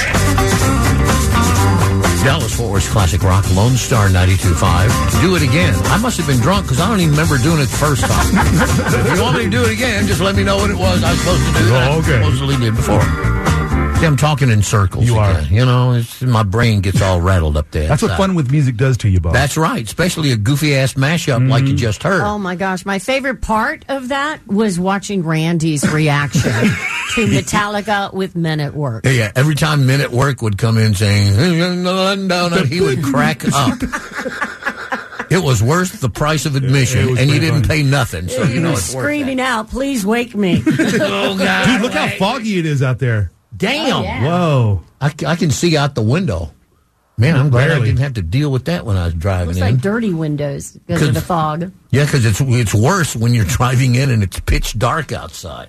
[SPEAKER 3] Dallas Fort Worth Classic Rock Lone Star 92.5. Do it again. I must have been drunk because I don't even remember doing it the first time. if you want me to do it again, just let me know what it was I was supposed to do. that
[SPEAKER 5] Oh, okay.
[SPEAKER 3] I supposedly did before. See, I'm talking in circles.
[SPEAKER 5] You are.
[SPEAKER 3] again. You know, it's, my brain gets all rattled up there.
[SPEAKER 5] That's what
[SPEAKER 3] inside.
[SPEAKER 5] fun with music does to you, Bob.
[SPEAKER 3] That's right, especially a goofy ass mashup like
[SPEAKER 5] Mm-hmm.
[SPEAKER 3] you just heard.
[SPEAKER 6] Oh my gosh, my favorite part of that was watching Randy's reaction to Metallica with Men at Work.
[SPEAKER 3] Yeah, yeah, every time Men at Work would come in saying, "Donut," he would crack
[SPEAKER 5] *laughs*
[SPEAKER 3] up. It was worth the price of admission,
[SPEAKER 5] was
[SPEAKER 3] and you
[SPEAKER 5] pretty
[SPEAKER 3] didn't pay
[SPEAKER 5] funny.
[SPEAKER 3] nothing, so you know it's worth it.
[SPEAKER 6] Screaming out, please wake me.
[SPEAKER 3] Oh, God. Oh,
[SPEAKER 5] Dude, look how foggy it is out there.
[SPEAKER 3] Damn.
[SPEAKER 5] Whoa.
[SPEAKER 3] I, c- I can see out the window. Man, I'm glad I
[SPEAKER 5] Barely.
[SPEAKER 3] didn't have to deal with that when I was driving
[SPEAKER 6] It's
[SPEAKER 3] in.
[SPEAKER 6] like dirty windows because of the fog.
[SPEAKER 3] yeah, because it's, it's worse when you're *laughs* driving in and it's pitch dark outside.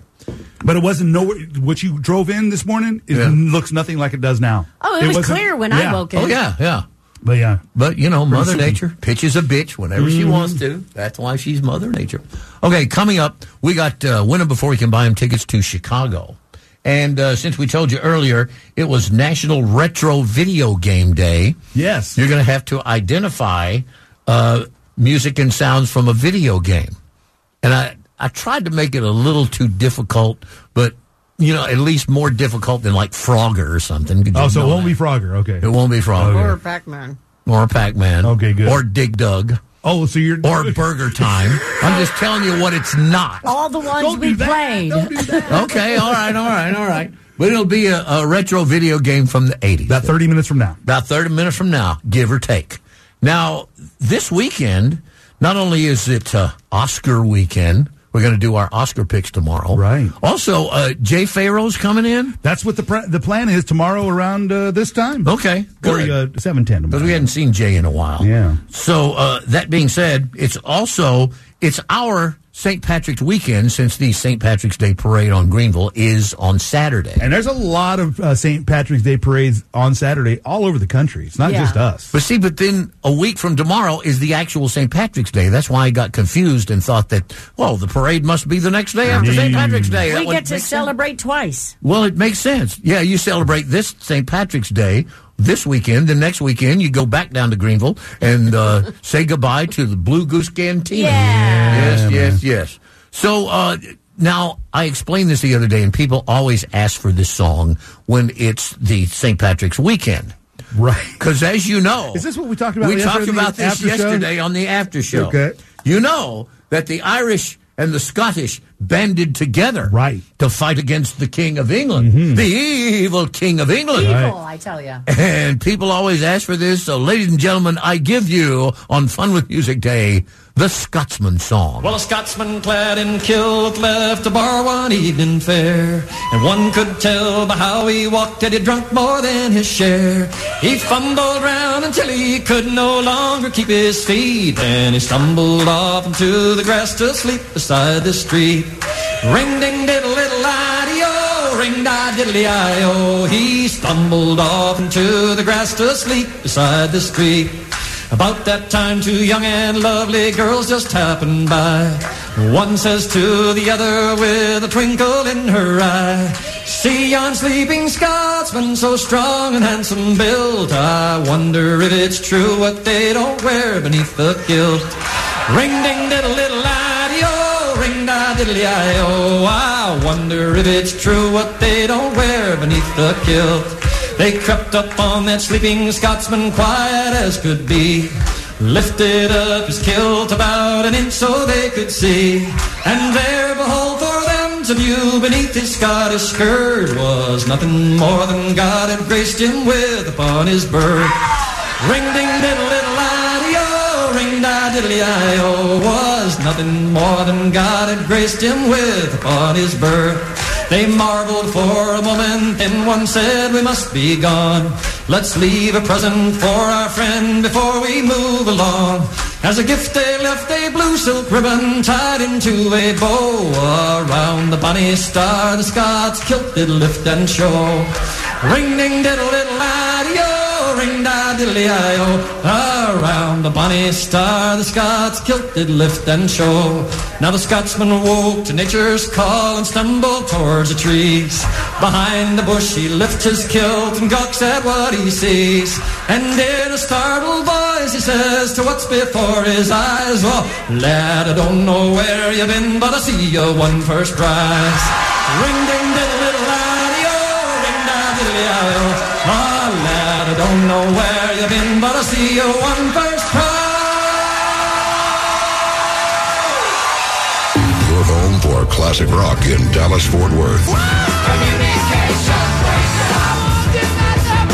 [SPEAKER 5] But it wasn't nowhere. What you drove in this morning is,
[SPEAKER 3] Yeah.
[SPEAKER 5] looks nothing like it does now.
[SPEAKER 6] Oh, it was
[SPEAKER 5] wasn't-
[SPEAKER 6] clear when
[SPEAKER 5] yeah.
[SPEAKER 6] I woke up.
[SPEAKER 3] Oh, yeah, yeah.
[SPEAKER 5] But yeah.
[SPEAKER 3] But you know, Mother
[SPEAKER 5] soon. Mm-hmm.
[SPEAKER 3] Nature pitches a bitch whenever she wants to. That's why she's Mother Nature. Okay, coming up, we got uh, win 'em before we can buy them tickets to Chicago. And uh, since we told you earlier, it was National Retro Video Game Day.
[SPEAKER 5] Yes.
[SPEAKER 3] You're going to have to identify uh, music and sounds from a video game. And I, I tried to make it a little too difficult, but, you know, at least more difficult than like Frogger or something. Did you
[SPEAKER 5] Oh, so it
[SPEAKER 3] know
[SPEAKER 5] won't be
[SPEAKER 3] that?
[SPEAKER 5] Frogger. Okay.
[SPEAKER 3] It won't be Frogger
[SPEAKER 6] Or Pac-Man.
[SPEAKER 3] or Pac Man.
[SPEAKER 5] Okay, good.
[SPEAKER 3] Or Dig Dug.
[SPEAKER 5] Oh, so you're.
[SPEAKER 3] Or
[SPEAKER 5] *laughs*
[SPEAKER 3] Burger Time. I'm just telling you what it's not.
[SPEAKER 6] *laughs* All the ones
[SPEAKER 5] Don't
[SPEAKER 6] we
[SPEAKER 5] do that.
[SPEAKER 6] played.
[SPEAKER 5] Don't do that.
[SPEAKER 3] Okay, all right, all right, all right. But it'll be a, a retro video game from the 80s.
[SPEAKER 5] About 30 minutes from now.
[SPEAKER 3] About 30 minutes from now, give or take. Now, this weekend, not only is it uh, Oscar weekend, we're going to do our Oscar picks tomorrow.
[SPEAKER 5] Right.
[SPEAKER 3] Also, uh, Jay Farrow's coming in.
[SPEAKER 5] That's what the pre- the plan is tomorrow around uh, this time.
[SPEAKER 3] Okay, good.
[SPEAKER 5] Or, uh, 710
[SPEAKER 3] because
[SPEAKER 5] tomorrow.
[SPEAKER 3] we hadn't seen Jay in a while.
[SPEAKER 5] Yeah.
[SPEAKER 3] So uh, that being said, it's also it's our St. Patrick's weekend since the St. Patrick's Day parade on Greenville is on Saturday.
[SPEAKER 5] And there's a lot of uh, St. Patrick's Day parades on Saturday all over the country. It's not
[SPEAKER 6] Yeah.
[SPEAKER 5] just us.
[SPEAKER 3] But see, but then a week from tomorrow is the actual St. Patrick's Day. That's why I got confused and thought that, well, the parade must be the next day after St. Patrick's Day. That
[SPEAKER 4] We
[SPEAKER 3] would
[SPEAKER 4] get to
[SPEAKER 3] make sense.
[SPEAKER 4] celebrate twice.
[SPEAKER 3] Well, it makes sense. Yeah, you celebrate this St. Patrick's Day this weekend. The next weekend, you go back down to Greenville and uh, say goodbye to the Blue Goose Cantina. Yes, yes, yes. So uh, now I explained this the other day, and people always ask for this song when it's the St. Patrick's weekend.
[SPEAKER 5] Right.
[SPEAKER 3] Because as you know,
[SPEAKER 5] Is this what we talked about
[SPEAKER 3] We
[SPEAKER 5] yesterday
[SPEAKER 3] talked
[SPEAKER 5] on the
[SPEAKER 3] about this
[SPEAKER 5] after show?
[SPEAKER 3] yesterday on the after show.
[SPEAKER 5] Okay.
[SPEAKER 3] You know that the Irish and the Scottish banded together
[SPEAKER 5] right.
[SPEAKER 3] to fight against the King of England, the evil King of England.
[SPEAKER 6] Evil, Oh, I tell you.
[SPEAKER 3] And people always ask for this. So, ladies and gentlemen, I give you on Fun with Music Day the Scotsman song.
[SPEAKER 12] Well, a Scotsman clad in kilt left a bar one evening fair, and one could tell by how he walked that he'd drunk more than his share. He fumbled round until he could no longer keep his feet, and he stumbled off into the grass to sleep beside the street. Ring ding diddle diddle i ring da diddly i oh. He stumbled off into the grass to sleep beside the street. About that time, two young and lovely girls just happened by. One says to the other with a twinkle in her eye, See yon sleeping Scotsman, so strong and handsome built. I wonder if it's true what they don't wear beneath the kilt. Ring ding diddle diddle i ring da diddly i oh. I wonder if it's true what they don't wear beneath the kilt. They crept up on that sleeping Scotsman quiet as could be. Lifted up his kilt about an inch so they could see. And there, behold, for them to view beneath his Scottish skirt was nothing more than God had graced him with upon his birth. Ring ding diddle diddle i ring da diddly i oh was nothing more than God had graced him with upon his birth. They marveled for a moment, then one said, We must be gone. Let's leave a present for our friend before we move along. As a gift they left a blue silk ribbon tied into a bow. Around the bonny star the Scots kilt did lift and show. Ring ding diddle diddle adio, ring da diddly io. Around the bonny star the Scots kilt did lift and show. Now the Scotsman woke to nature's call and stumbled towards the trees. Behind the bush he lifts his kilt and gawks at what he sees. And in a startled voice he says to what's before his eyes, Well, lad, I don't know where you've been, but I see you won first prize. Ring ding diddle diddle laddie-o, ring da diddly i-o. Ah, lad, I don't know where you've been, but I see you won first prize.
[SPEAKER 13] Your home for classic rock in Dallas Fort Worth.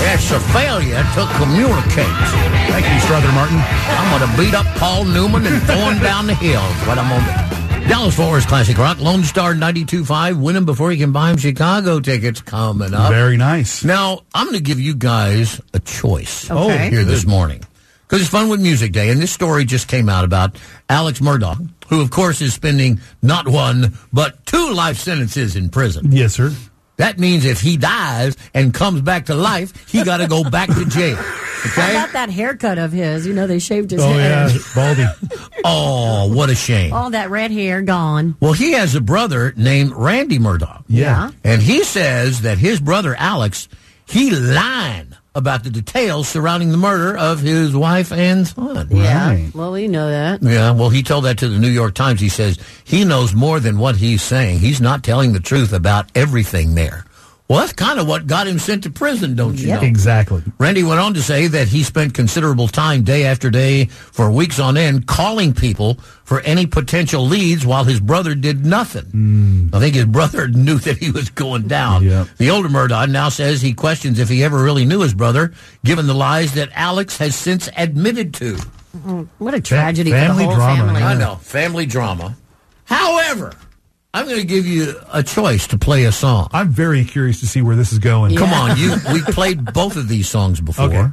[SPEAKER 3] It's a failure to communicate. Thank you, Strother Martin. I'm going to beat up Paul Newman and throw him down the hill. is What I'm going to do. Dallas Fort Worth Classic Rock, Lone Star 92.5. Win him before you can buy him Chicago tickets coming up.
[SPEAKER 5] Very nice.
[SPEAKER 3] Now, I'm going to give you guys a choice Oh,
[SPEAKER 5] Okay.
[SPEAKER 3] here this morning. Because it's Fun with Music Day, and this story just came out about Alex Murdoch, who, of course, is spending not one, but two life sentences in prison.
[SPEAKER 5] Yes, sir.
[SPEAKER 3] That means if he dies and comes back to life, he got to go back to jail.
[SPEAKER 4] How
[SPEAKER 3] Okay?
[SPEAKER 4] about that haircut of his? You know, they shaved
[SPEAKER 6] *laughs*
[SPEAKER 4] his head.
[SPEAKER 5] Oh, Baldy.
[SPEAKER 3] oh, what a shame.
[SPEAKER 4] All that red hair gone.
[SPEAKER 3] Well, he has a brother named Randy Murdoch.
[SPEAKER 4] Yeah.
[SPEAKER 3] And he says that his brother Alex, he lied about the details surrounding the murder of his wife and son.
[SPEAKER 6] Yeah. Well, we know that.
[SPEAKER 3] Yeah, well, he told that to the New York Times. He says he knows more than what he's saying. He's not telling the truth about everything there. Well, that's kind of what got him sent to prison, don't you know?
[SPEAKER 5] Exactly.
[SPEAKER 3] Randy went on to say that he spent considerable time day after day for weeks on end calling people for any potential leads while his brother did nothing. I think his brother *laughs* knew that he was going down. The older Murdoch now says he questions if he ever really knew his brother, given the lies that Alex has since admitted to.
[SPEAKER 6] Mm, What a tragedy for the whole family.
[SPEAKER 3] I know, family drama. However, I'm going to give you a choice to play a song.
[SPEAKER 5] I'm very curious to see where this is going.
[SPEAKER 3] Come
[SPEAKER 5] Yeah. *laughs*
[SPEAKER 3] on, you. We played both of these songs before.
[SPEAKER 5] Okay.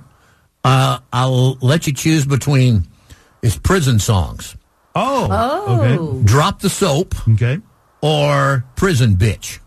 [SPEAKER 3] Uh, I'll let you choose between it's prison songs.
[SPEAKER 5] Oh. Oh. okay.
[SPEAKER 3] Drop the soap.
[SPEAKER 5] Okay.
[SPEAKER 3] Or prison bitch.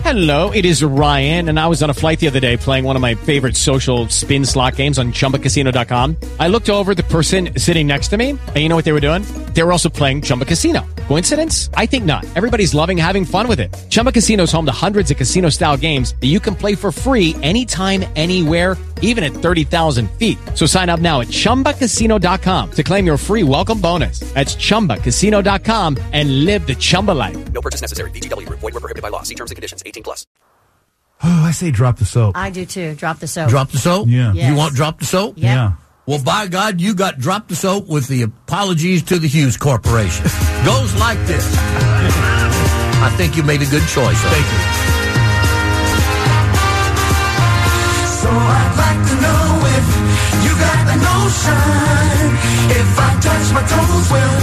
[SPEAKER 8] Hello, it is Ryan, and I was on a flight the other day playing one of my favorite social spin slot games on chumbacasino.com. I looked over at the person sitting next to me, and you know what they were doing? They were also playing Chumba Casino. Coincidence? I think not. Everybody's loving having fun with it. Chumba Casino is home to hundreds of casino style games that you can play for free anytime, anywhere, even at 30,000 feet. So sign up now at chumbacasino.com to claim your free welcome bonus. That's chumbacasino.com and live the Chumba life.
[SPEAKER 14] No purchase necessary. VGW Group. Void were prohibited by law. See terms and conditions. 18 plus.
[SPEAKER 5] Oh, I say drop the soap.
[SPEAKER 6] I do too. Drop the soap.
[SPEAKER 3] Drop the soap? Yeah. You
[SPEAKER 6] Yes.
[SPEAKER 3] want drop the soap?
[SPEAKER 6] Yeah. Yeah.
[SPEAKER 3] Well, by God, you got drop the soap with the apologies to the Hughes Corporation. Goes like this. I think you made a good choice. Thank you.
[SPEAKER 9] So I'd like to know if you got the notion. If I touch my toes, will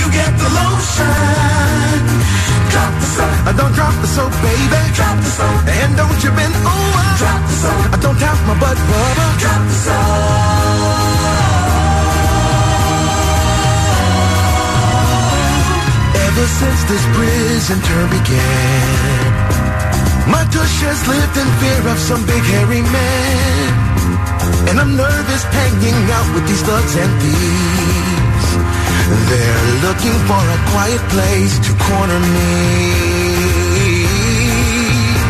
[SPEAKER 9] you get the lotion? Drop the soap. Uh, Don't drop the soap, baby. Drop the soap. And don't you bend over. Drop the soap. Uh, Don't tap my butt, bubba. Drop the soap.
[SPEAKER 15] Ever since this prison term began, my tush has lived in fear of some big hairy man. And I'm nervous hanging out with these thugs and thieves. They're looking for a quiet place to corner me.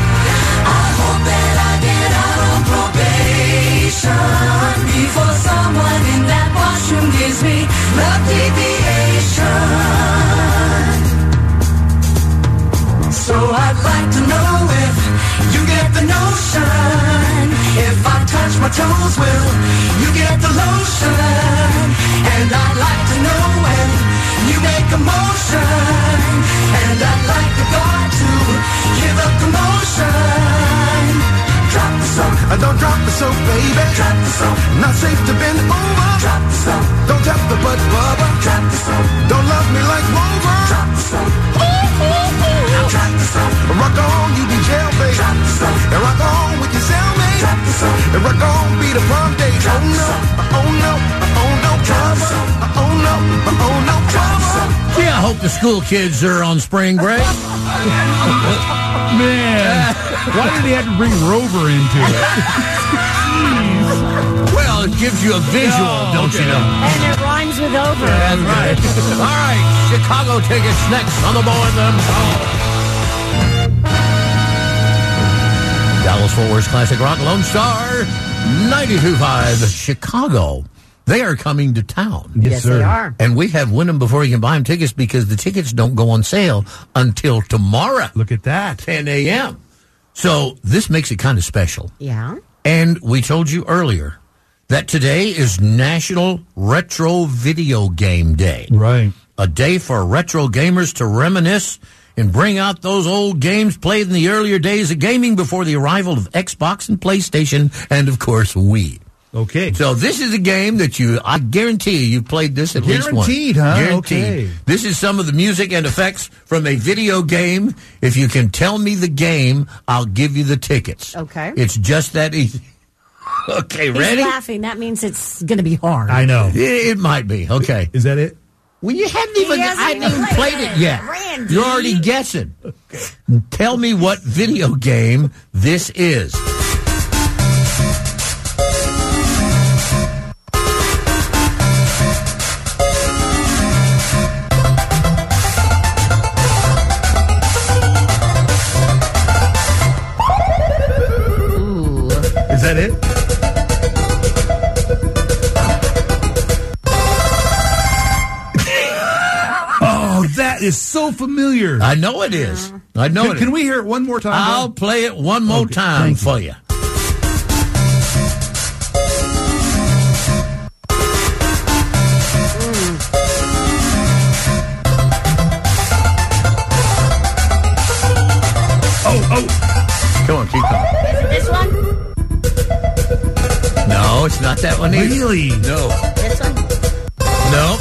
[SPEAKER 9] I hope that I get out on probation before someone in that washroom gives me love deviation. So I'd like to know if you get the notion. If I touch my toes, will you get the lotion? And I'd like to know when you make a motion. And I'd like the guard to give up commotion. Drop the soap,
[SPEAKER 15] Uh, Don't drop the soap, baby. Drop the soap. Not safe to bend over. Drop the soap. Don't tap the butt, bubba. Drop the soap. Don't love me like Rover. Drop the *laughs* soap. Drop the soap. Rock on, you be jailbait. Drop the soap. And rock on with your cellmate. Drop the soap. And rock on, be the prom date. Drop oh no, oh no, oh no, drama. Oh no, oh no, drama.
[SPEAKER 3] Yeah, I hope the school kids are on spring break.
[SPEAKER 5] *laughs* Man, why did he have to bring Rover into *laughs* it?
[SPEAKER 3] well, it gives you a visual,
[SPEAKER 5] Oh,
[SPEAKER 3] don't you know?
[SPEAKER 6] And it rhymes with over.
[SPEAKER 3] That's right. *laughs* All right, Chicago tickets next on the Bowen Them Dallas Fort Worth Classic Rock Lone Star 92.5 Chicago. They are coming to town.
[SPEAKER 6] Yes, Yes, sir. they are.
[SPEAKER 3] And we have win them before you can buy them tickets because the tickets don't go on sale until tomorrow.
[SPEAKER 5] Look at that.
[SPEAKER 3] 10 a.m. So this makes it kind of special.
[SPEAKER 6] Yeah.
[SPEAKER 3] And we told you earlier that today is National Retro Video Game Day.
[SPEAKER 5] Right.
[SPEAKER 3] A day for retro gamers to reminisce and bring out those old games played in the earlier days of gaming before the arrival of Xbox and PlayStation and, of course, Wii.
[SPEAKER 5] Okay.
[SPEAKER 3] So this is a game that you, I guarantee you, you played this at least once.
[SPEAKER 5] Guaranteed, huh?
[SPEAKER 3] Guaranteed.
[SPEAKER 5] Okay.
[SPEAKER 3] This is some of the music and effects from a video game. If you can tell me the game, I'll give you the tickets.
[SPEAKER 6] Okay.
[SPEAKER 3] It's just that easy. *laughs* Okay, ready?
[SPEAKER 6] He's laughing. That means it's going to be hard.
[SPEAKER 5] I know.
[SPEAKER 3] It, it might be. Okay.
[SPEAKER 5] Is that it?
[SPEAKER 3] Well, you haven't
[SPEAKER 6] He
[SPEAKER 3] even,
[SPEAKER 6] hasn't
[SPEAKER 3] I haven't even played it yet.
[SPEAKER 6] Randy.
[SPEAKER 3] You're already guessing. Tell me what video game this is.
[SPEAKER 5] Is that it? *laughs* oh, that is so familiar.
[SPEAKER 3] I know it is.
[SPEAKER 6] Uh-huh.
[SPEAKER 3] I know
[SPEAKER 5] Can,
[SPEAKER 3] it
[SPEAKER 5] can
[SPEAKER 3] is.
[SPEAKER 5] we hear it one more time?
[SPEAKER 3] I'll play it one more
[SPEAKER 5] Okay,
[SPEAKER 3] time
[SPEAKER 5] thank
[SPEAKER 3] for you.
[SPEAKER 5] Oh, oh.
[SPEAKER 3] Come on, keep going.
[SPEAKER 6] Is it this one?
[SPEAKER 3] No, it's not that one either.
[SPEAKER 5] Really?
[SPEAKER 3] No.
[SPEAKER 6] This one?
[SPEAKER 3] No.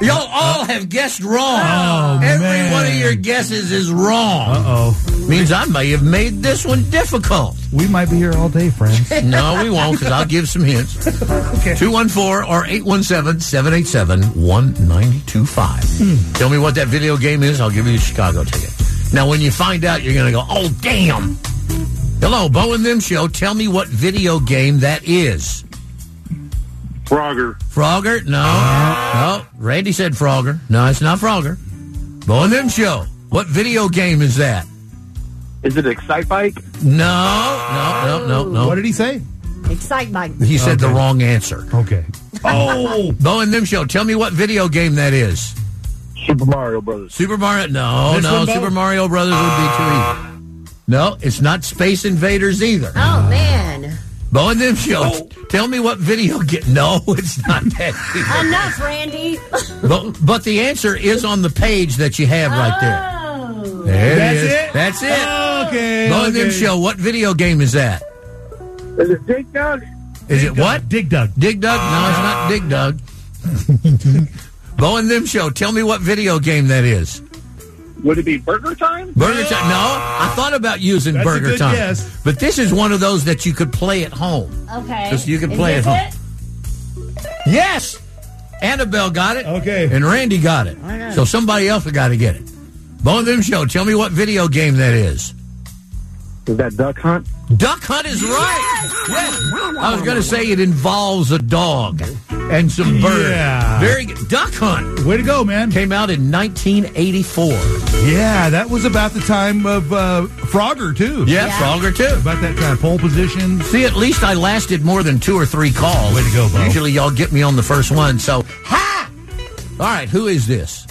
[SPEAKER 3] Y'all all have guessed wrong.
[SPEAKER 5] Oh,
[SPEAKER 3] Every
[SPEAKER 5] man.
[SPEAKER 3] one of your guesses is wrong.
[SPEAKER 5] Uh-oh.
[SPEAKER 3] Means I may have made this one difficult.
[SPEAKER 5] We might be here all day, friends.
[SPEAKER 3] *laughs* No, we won't, because I'll give some hints. 214 or 817 787 1925. Tell me what that video game is, I'll give you a Chicago ticket. Now, when you find out, you're going to go, oh, damn. Hello, Bo and Them Show. Tell me what video game that is.
[SPEAKER 16] Frogger.
[SPEAKER 3] Frogger? No. No. Randy said Frogger. No, it's not Frogger. Bo and Them Show. What video game is that?
[SPEAKER 16] Is it Excite Bike?
[SPEAKER 3] No, no, no, no, no.
[SPEAKER 5] What did he say?
[SPEAKER 6] Excite Bike.
[SPEAKER 3] He said the wrong answer.
[SPEAKER 5] Okay. Oh,
[SPEAKER 3] *laughs* Bo and Them Show, tell me what video game that is.
[SPEAKER 16] Super Mario Brothers.
[SPEAKER 3] Super Mario. No,
[SPEAKER 5] This
[SPEAKER 3] no.
[SPEAKER 5] one, Bo? Ah.
[SPEAKER 3] Super Mario Brothers would be too easy. No, it's not Space Invaders either.
[SPEAKER 6] Oh, man.
[SPEAKER 3] Bo and Them Show,
[SPEAKER 5] Oh.
[SPEAKER 3] tell me what video game. *laughs* No, it's not that.
[SPEAKER 6] Enough, Randy.
[SPEAKER 3] but, but the answer is on the page that you have right there.
[SPEAKER 6] Oh.
[SPEAKER 3] There
[SPEAKER 5] That's
[SPEAKER 3] is.
[SPEAKER 5] it?
[SPEAKER 3] That's it.
[SPEAKER 5] Okay.
[SPEAKER 3] Bo and them
[SPEAKER 5] okay.
[SPEAKER 3] show. What video game is that?
[SPEAKER 16] Is it Dig Dug? Ah.
[SPEAKER 3] Is it what?
[SPEAKER 5] Dig Dug.
[SPEAKER 3] Dig Dug? No, it's not Dig Dug. *laughs* Bo and them show. Tell me what video game that is.
[SPEAKER 16] Would it be Burger Time?
[SPEAKER 3] Burger Time. No, I thought about using
[SPEAKER 16] That's a
[SPEAKER 3] Burger
[SPEAKER 16] good
[SPEAKER 3] Time,
[SPEAKER 16] guess.
[SPEAKER 3] but this is one of those that you could play at home.
[SPEAKER 4] Okay.
[SPEAKER 3] Just you can play
[SPEAKER 4] Is
[SPEAKER 3] at
[SPEAKER 4] this
[SPEAKER 3] Yes, Annabelle got
[SPEAKER 16] Oh,
[SPEAKER 3] it. Okay, and Randy got it.
[SPEAKER 4] I know.
[SPEAKER 3] So somebody else got to get it. Bo and them show. Tell me what video game that is.
[SPEAKER 16] Is that Duck Hunt?
[SPEAKER 3] Duck Hunt is right. Yes. I was going to say it involves a dog and some birds.
[SPEAKER 5] Yeah.
[SPEAKER 3] Very good. Duck Hunt.
[SPEAKER 5] Way to go, man.
[SPEAKER 3] Came out in 1984.
[SPEAKER 5] Yeah, that was about the time of uh, Frogger, too.
[SPEAKER 3] Yeah, Frogger, too.
[SPEAKER 5] About that time. Pole position.
[SPEAKER 3] See, at least I lasted more than two or three calls.
[SPEAKER 5] Way to go, Bo.
[SPEAKER 3] Usually y'all get me on the first one, so ha! All right, who is this?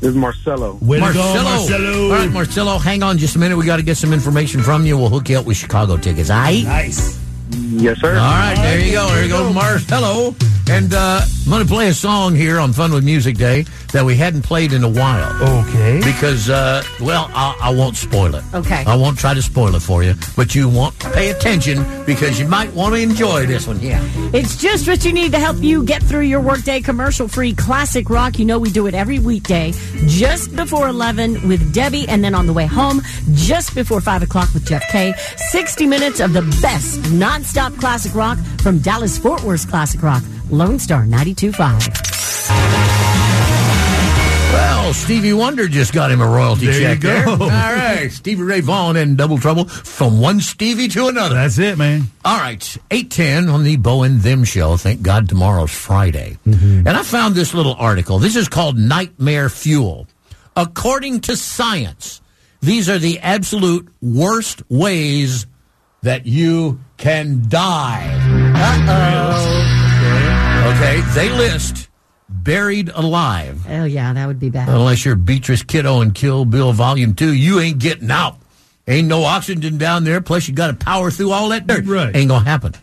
[SPEAKER 16] This is Marcelo.
[SPEAKER 5] Way to
[SPEAKER 3] Marcelo.
[SPEAKER 5] go, Marcelo.
[SPEAKER 3] All right, Marcelo, hang on just a minute. We got to get some information from you. We'll hook you up with Chicago tickets. All right?
[SPEAKER 5] Nice.
[SPEAKER 16] Yes, sir.
[SPEAKER 3] All right, there you go. There you go, Marcelo. And uh, I'm going to play a song here on Fun with Music Day that we hadn't played in a while.
[SPEAKER 5] Okay.
[SPEAKER 3] Because, uh, well, I, I won't spoil it.
[SPEAKER 6] Okay.
[SPEAKER 3] I won't try to spoil it for you, but you won't pay attention because you might want to enjoy this one. Yeah.
[SPEAKER 4] It's just what you need to help you get through your workday commercial free classic rock. You know, we do it every weekday just before 11 with Debbie, and then on the way home just before 5 o'clock with Jeff K. 60 minutes of the best nonstop classic rock from Dallas Fort Worth Classic Rock, Lone Star 92.5.
[SPEAKER 3] Well, Stevie Wonder just got him a royalty
[SPEAKER 5] There you
[SPEAKER 3] check. There.
[SPEAKER 5] go.
[SPEAKER 3] All right. Stevie Ray Vaughan in double trouble from one Stevie to another.
[SPEAKER 5] That's it, man.
[SPEAKER 3] All right, 810 on the Bo and Them show. Thank God tomorrow's Friday. And I found this little article. This is called Nightmare Fuel. According to science, these are the absolute worst ways that you can die. Uh-oh. Okay, they list buried alive.
[SPEAKER 6] Oh, yeah, that would be bad.
[SPEAKER 3] Unless you're Beatrice Kiddo and Kill Bill Volume 2, you ain't getting out. Ain't no oxygen down there, plus you got to power through all that dirt.
[SPEAKER 5] Right.
[SPEAKER 3] Ain't going to happen.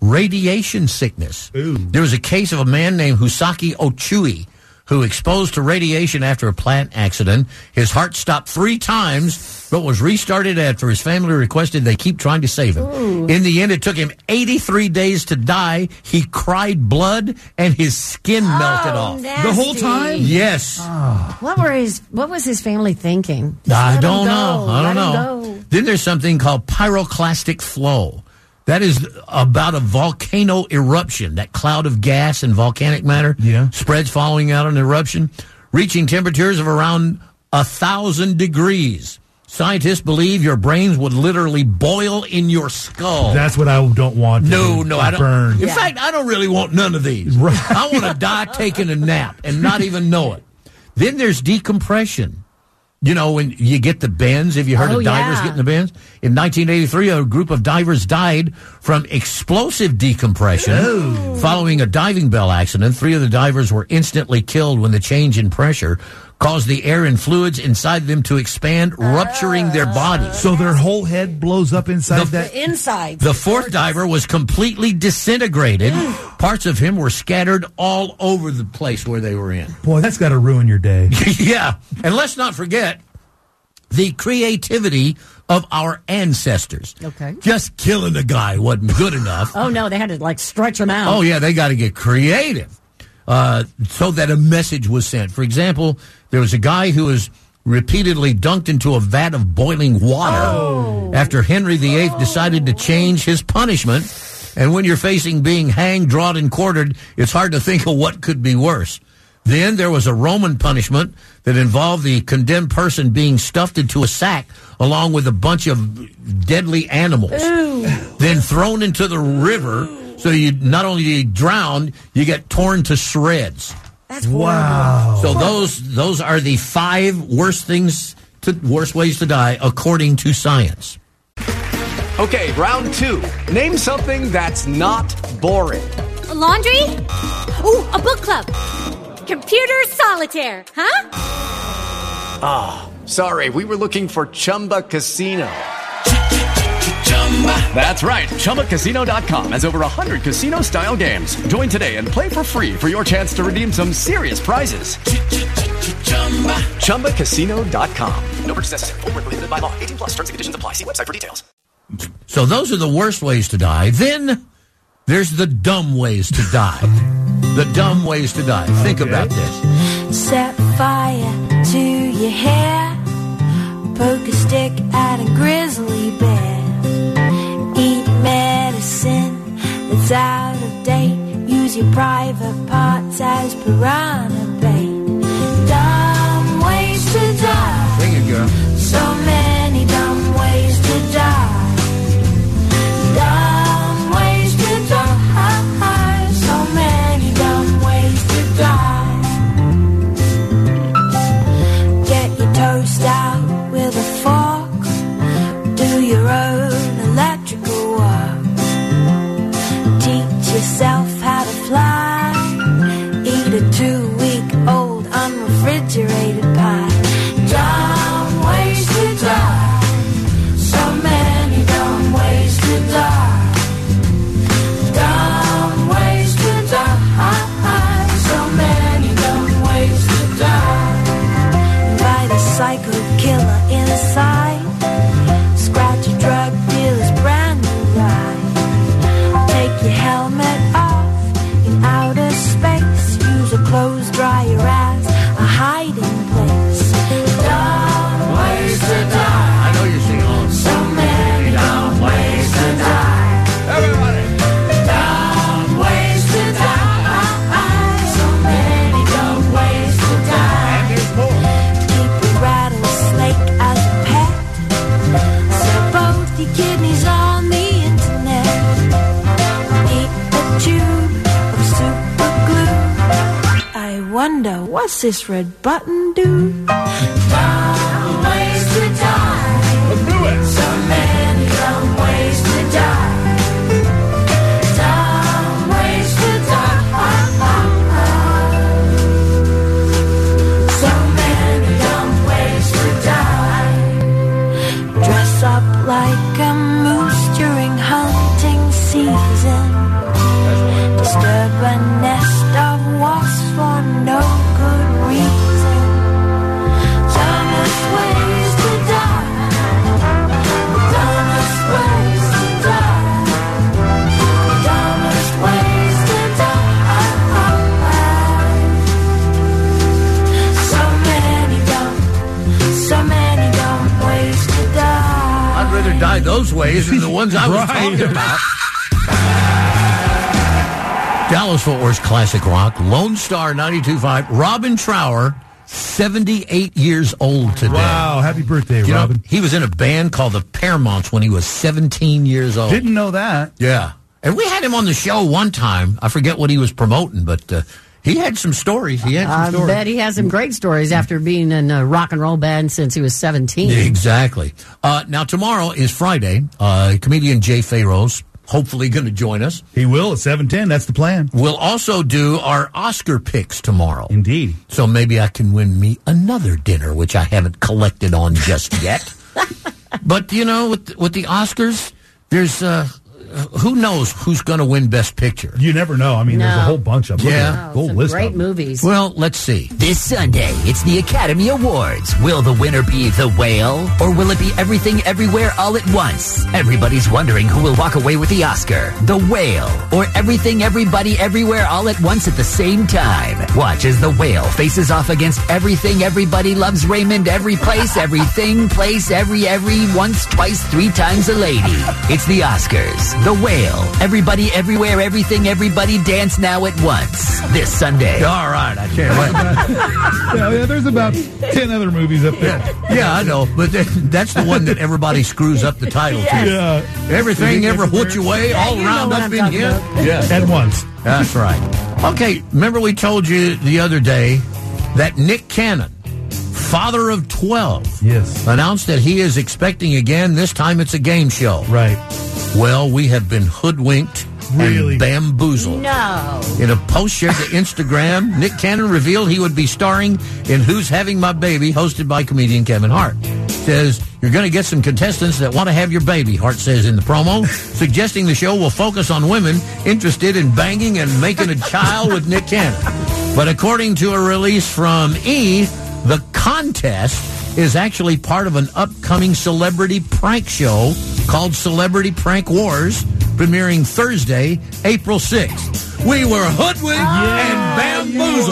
[SPEAKER 3] Radiation sickness.
[SPEAKER 5] Ooh.
[SPEAKER 3] There was a case of a man named Husaki Ochui who exposed to radiation after a plant accident. His heart stopped three times, but was restarted after his family requested they keep trying to save him. In the end, it took him 83 days to die. He cried blood and his skin
[SPEAKER 5] Oh,
[SPEAKER 3] melted off.
[SPEAKER 5] The whole time?
[SPEAKER 3] Yes.
[SPEAKER 5] Oh.
[SPEAKER 6] What were his? What was his family thinking? Just
[SPEAKER 3] I
[SPEAKER 6] let
[SPEAKER 3] don't
[SPEAKER 6] him go.
[SPEAKER 3] know. I
[SPEAKER 6] Let
[SPEAKER 3] don't know.
[SPEAKER 6] him go.
[SPEAKER 3] Then there's something called pyroclastic flow. That is about a volcano eruption. That cloud of gas and volcanic matter
[SPEAKER 5] Yeah.
[SPEAKER 3] spreads following out an eruption, reaching temperatures of around a thousand degrees. Scientists believe your brains would literally boil in your skull.
[SPEAKER 5] That's what I don't want. to
[SPEAKER 3] no,
[SPEAKER 5] do.
[SPEAKER 3] no, I don't.
[SPEAKER 5] Burn.
[SPEAKER 3] In fact, I don't really want none of these. I want to die taking a nap and not even know it. Then there's decompression. You know, when you get the bends, have you heard
[SPEAKER 6] Oh,
[SPEAKER 3] of divers
[SPEAKER 6] yeah.
[SPEAKER 3] getting the bends? In 1983, a group of divers died from explosive decompression following a diving bell accident. Three of the divers were instantly killed when the change in pressure caused the air and fluids inside them to expand, rupturing their bodies.
[SPEAKER 5] So their whole head blows up inside that.
[SPEAKER 6] The inside.
[SPEAKER 3] The fourth diver was completely disintegrated. Parts of him were scattered all over the place where they were in.
[SPEAKER 5] Boy, that's got to ruin your day.
[SPEAKER 3] yeah. And let's not forget the creativity of our ancestors.
[SPEAKER 6] Okay.
[SPEAKER 3] Just killing a guy wasn't good enough.
[SPEAKER 4] Oh, no, they had to like stretch them out.
[SPEAKER 3] Oh, yeah, they got to get creative uh, so that a message was sent. For example, there was a guy who was repeatedly dunked into a vat of boiling water after Henry VIII decided to change his punishment. And when you're facing being hanged, drawn, and quartered, it's hard to think of what could be worse. Then there was a Roman punishment that involved the condemned person being stuffed into a sack along with a bunch of deadly animals then thrown into the river. So you not only do you drown, you get torn to shreds.
[SPEAKER 6] That's wow.
[SPEAKER 3] So those those are the five worst things to worst ways to die according to science.
[SPEAKER 17] Okay, round two. Name something that's not boring.
[SPEAKER 18] laundry? Ooh, a book club. Computer solitaire, huh?
[SPEAKER 17] Ah, sorry, we were looking for Chumba Casino. That's right, ChumbaCasino.com has over 100 casino style games. Join today and play for free for your chance to redeem some serious prizes. Chumba. ChumbaCasino.com. No purchase necessary. Void where prohibited by law. 18 plus terms and conditions apply. See website for details.
[SPEAKER 3] So those are the worst ways to die. Then there's the dumb ways to die. the dumb ways to die. Think about this.
[SPEAKER 19] Set fire to your hair. Poke a stick at a grizzly bear. Eat medicine that's out of date. Use your private parts as piranha bait. Dumb ways to die.
[SPEAKER 3] Sing it, girl.
[SPEAKER 19] So many dumb ways to die. Dumb ways to die. So many dumb ways to die. Get your toast out with a fork. Do your own electrical work. Teach yourself how to fly. Eat a two week old unrefrigerated pie. Dumb ways to die. So many dumb ways to die. Dumb ways to die. So many dumb ways to die. By the psycho killer inside. Scratch a drug dealer's brand new ride. Take your helmet off in outer space. Use a clothes dryer as a hiding place. Dumb ways to die.
[SPEAKER 3] I know you're singing all
[SPEAKER 19] So many dumb ways to die. Everybody. Dumb ways to die. So many dumb ways to die. And there's more. Keep a rattlesnake as a pet. Sell both your kidneys on the internet. Eat a tube of super glue. I wonder what's this red button do? Dumb ways to die. So many dumb ways to die. Dumb ways to die. So many dumb ways to die. Dress up like a moose during hunting season. Disturb a nest of wasps for no good reason. Dumbest ways to die. Dumbest ways to die. Dumbest ways to die. So many dumb, so many dumb ways to die.
[SPEAKER 3] I'd rather die those ways than the ones I was
[SPEAKER 5] *laughs*
[SPEAKER 3] talking about. Dallas Fort Worth's classic rock, Lone Star 92.5, Robin Trower, 78 years old today.
[SPEAKER 5] Wow, happy birthday,
[SPEAKER 3] You know,
[SPEAKER 5] Robin.
[SPEAKER 3] he was in a band called the Paramounts when he was 17 years old.
[SPEAKER 5] Didn't know that.
[SPEAKER 3] Yeah. And we had him on the show one time. I forget what he was promoting, but uh, he had some stories. He had some
[SPEAKER 6] I
[SPEAKER 3] stories.
[SPEAKER 6] bet he has some great stories after being in a rock and roll band since he was 17.
[SPEAKER 3] Exactly. Uh, now, tomorrow is Friday. Uh, comedian Jay Pharos hopefully going to join us.
[SPEAKER 5] He will at 710. That's the plan.
[SPEAKER 3] We'll also do our Oscar picks tomorrow.
[SPEAKER 5] Indeed.
[SPEAKER 3] So maybe I can win me another dinner, which I haven't collected on just
[SPEAKER 5] *laughs*
[SPEAKER 3] yet. but, you know, with, with the Oscars, there's. Uh, who knows who's going to win Best Picture?
[SPEAKER 5] You never know. I mean, there's a
[SPEAKER 3] No.
[SPEAKER 5] whole bunch of them. Look at
[SPEAKER 3] Yeah.
[SPEAKER 5] that whole list of them.
[SPEAKER 6] movies.
[SPEAKER 3] Well, let's see.
[SPEAKER 20] This Sunday, it's the Academy Awards. Will the winner be The Whale, or will it be Everything Everywhere All at Once? Everybody's wondering who will walk away with the Oscar The Whale, or Everything Everybody Everywhere All at Once at the same time. Watch as The Whale faces off against Everything Everybody Loves Raymond Every Place, Everything, Place, Every, Every, Once, Twice, Three Times a Lady. It's the Oscars The Whale, Everybody Everywhere Everything Everybody Dance Now at Once. This Sunday.
[SPEAKER 3] All right, I can't wait.
[SPEAKER 5] *laughs* yeah, yeah, there's *laughs* about 10 other movies up there.
[SPEAKER 3] Yeah, I know, but that- that's the one that everybody screws up the title
[SPEAKER 5] Yes.
[SPEAKER 3] to.
[SPEAKER 5] Yeah.
[SPEAKER 3] Everything,
[SPEAKER 5] Everything
[SPEAKER 3] ever, what you
[SPEAKER 5] everywhere.
[SPEAKER 3] way,
[SPEAKER 5] Yeah,
[SPEAKER 3] all
[SPEAKER 5] you know
[SPEAKER 3] round
[SPEAKER 5] what
[SPEAKER 3] up
[SPEAKER 5] I'm
[SPEAKER 3] in
[SPEAKER 5] talking
[SPEAKER 3] here.
[SPEAKER 5] about. At once.
[SPEAKER 3] That's right. Okay, remember we told you the other day that Nick Cannon, father of 12,
[SPEAKER 5] yes,
[SPEAKER 3] announced that he is expecting again. This time it's a game show.
[SPEAKER 5] Right.
[SPEAKER 3] Well, we have been hoodwinked
[SPEAKER 5] Really?
[SPEAKER 3] and bamboozled.
[SPEAKER 6] No.
[SPEAKER 3] In a post shared to Instagram, Nick Cannon revealed he would be starring in Who's Having My Baby, hosted by comedian Kevin Hart. Says, you're going to get some contestants that want to have your baby, Hart says in the promo, suggesting the show will focus on women interested in banging and making a child with Nick Cannon. But according to a release from E, The contest is actually part of an upcoming celebrity prank show called Celebrity Prank Wars, premiering Thursday, April 6th. We were hoodwinked and bamboozled.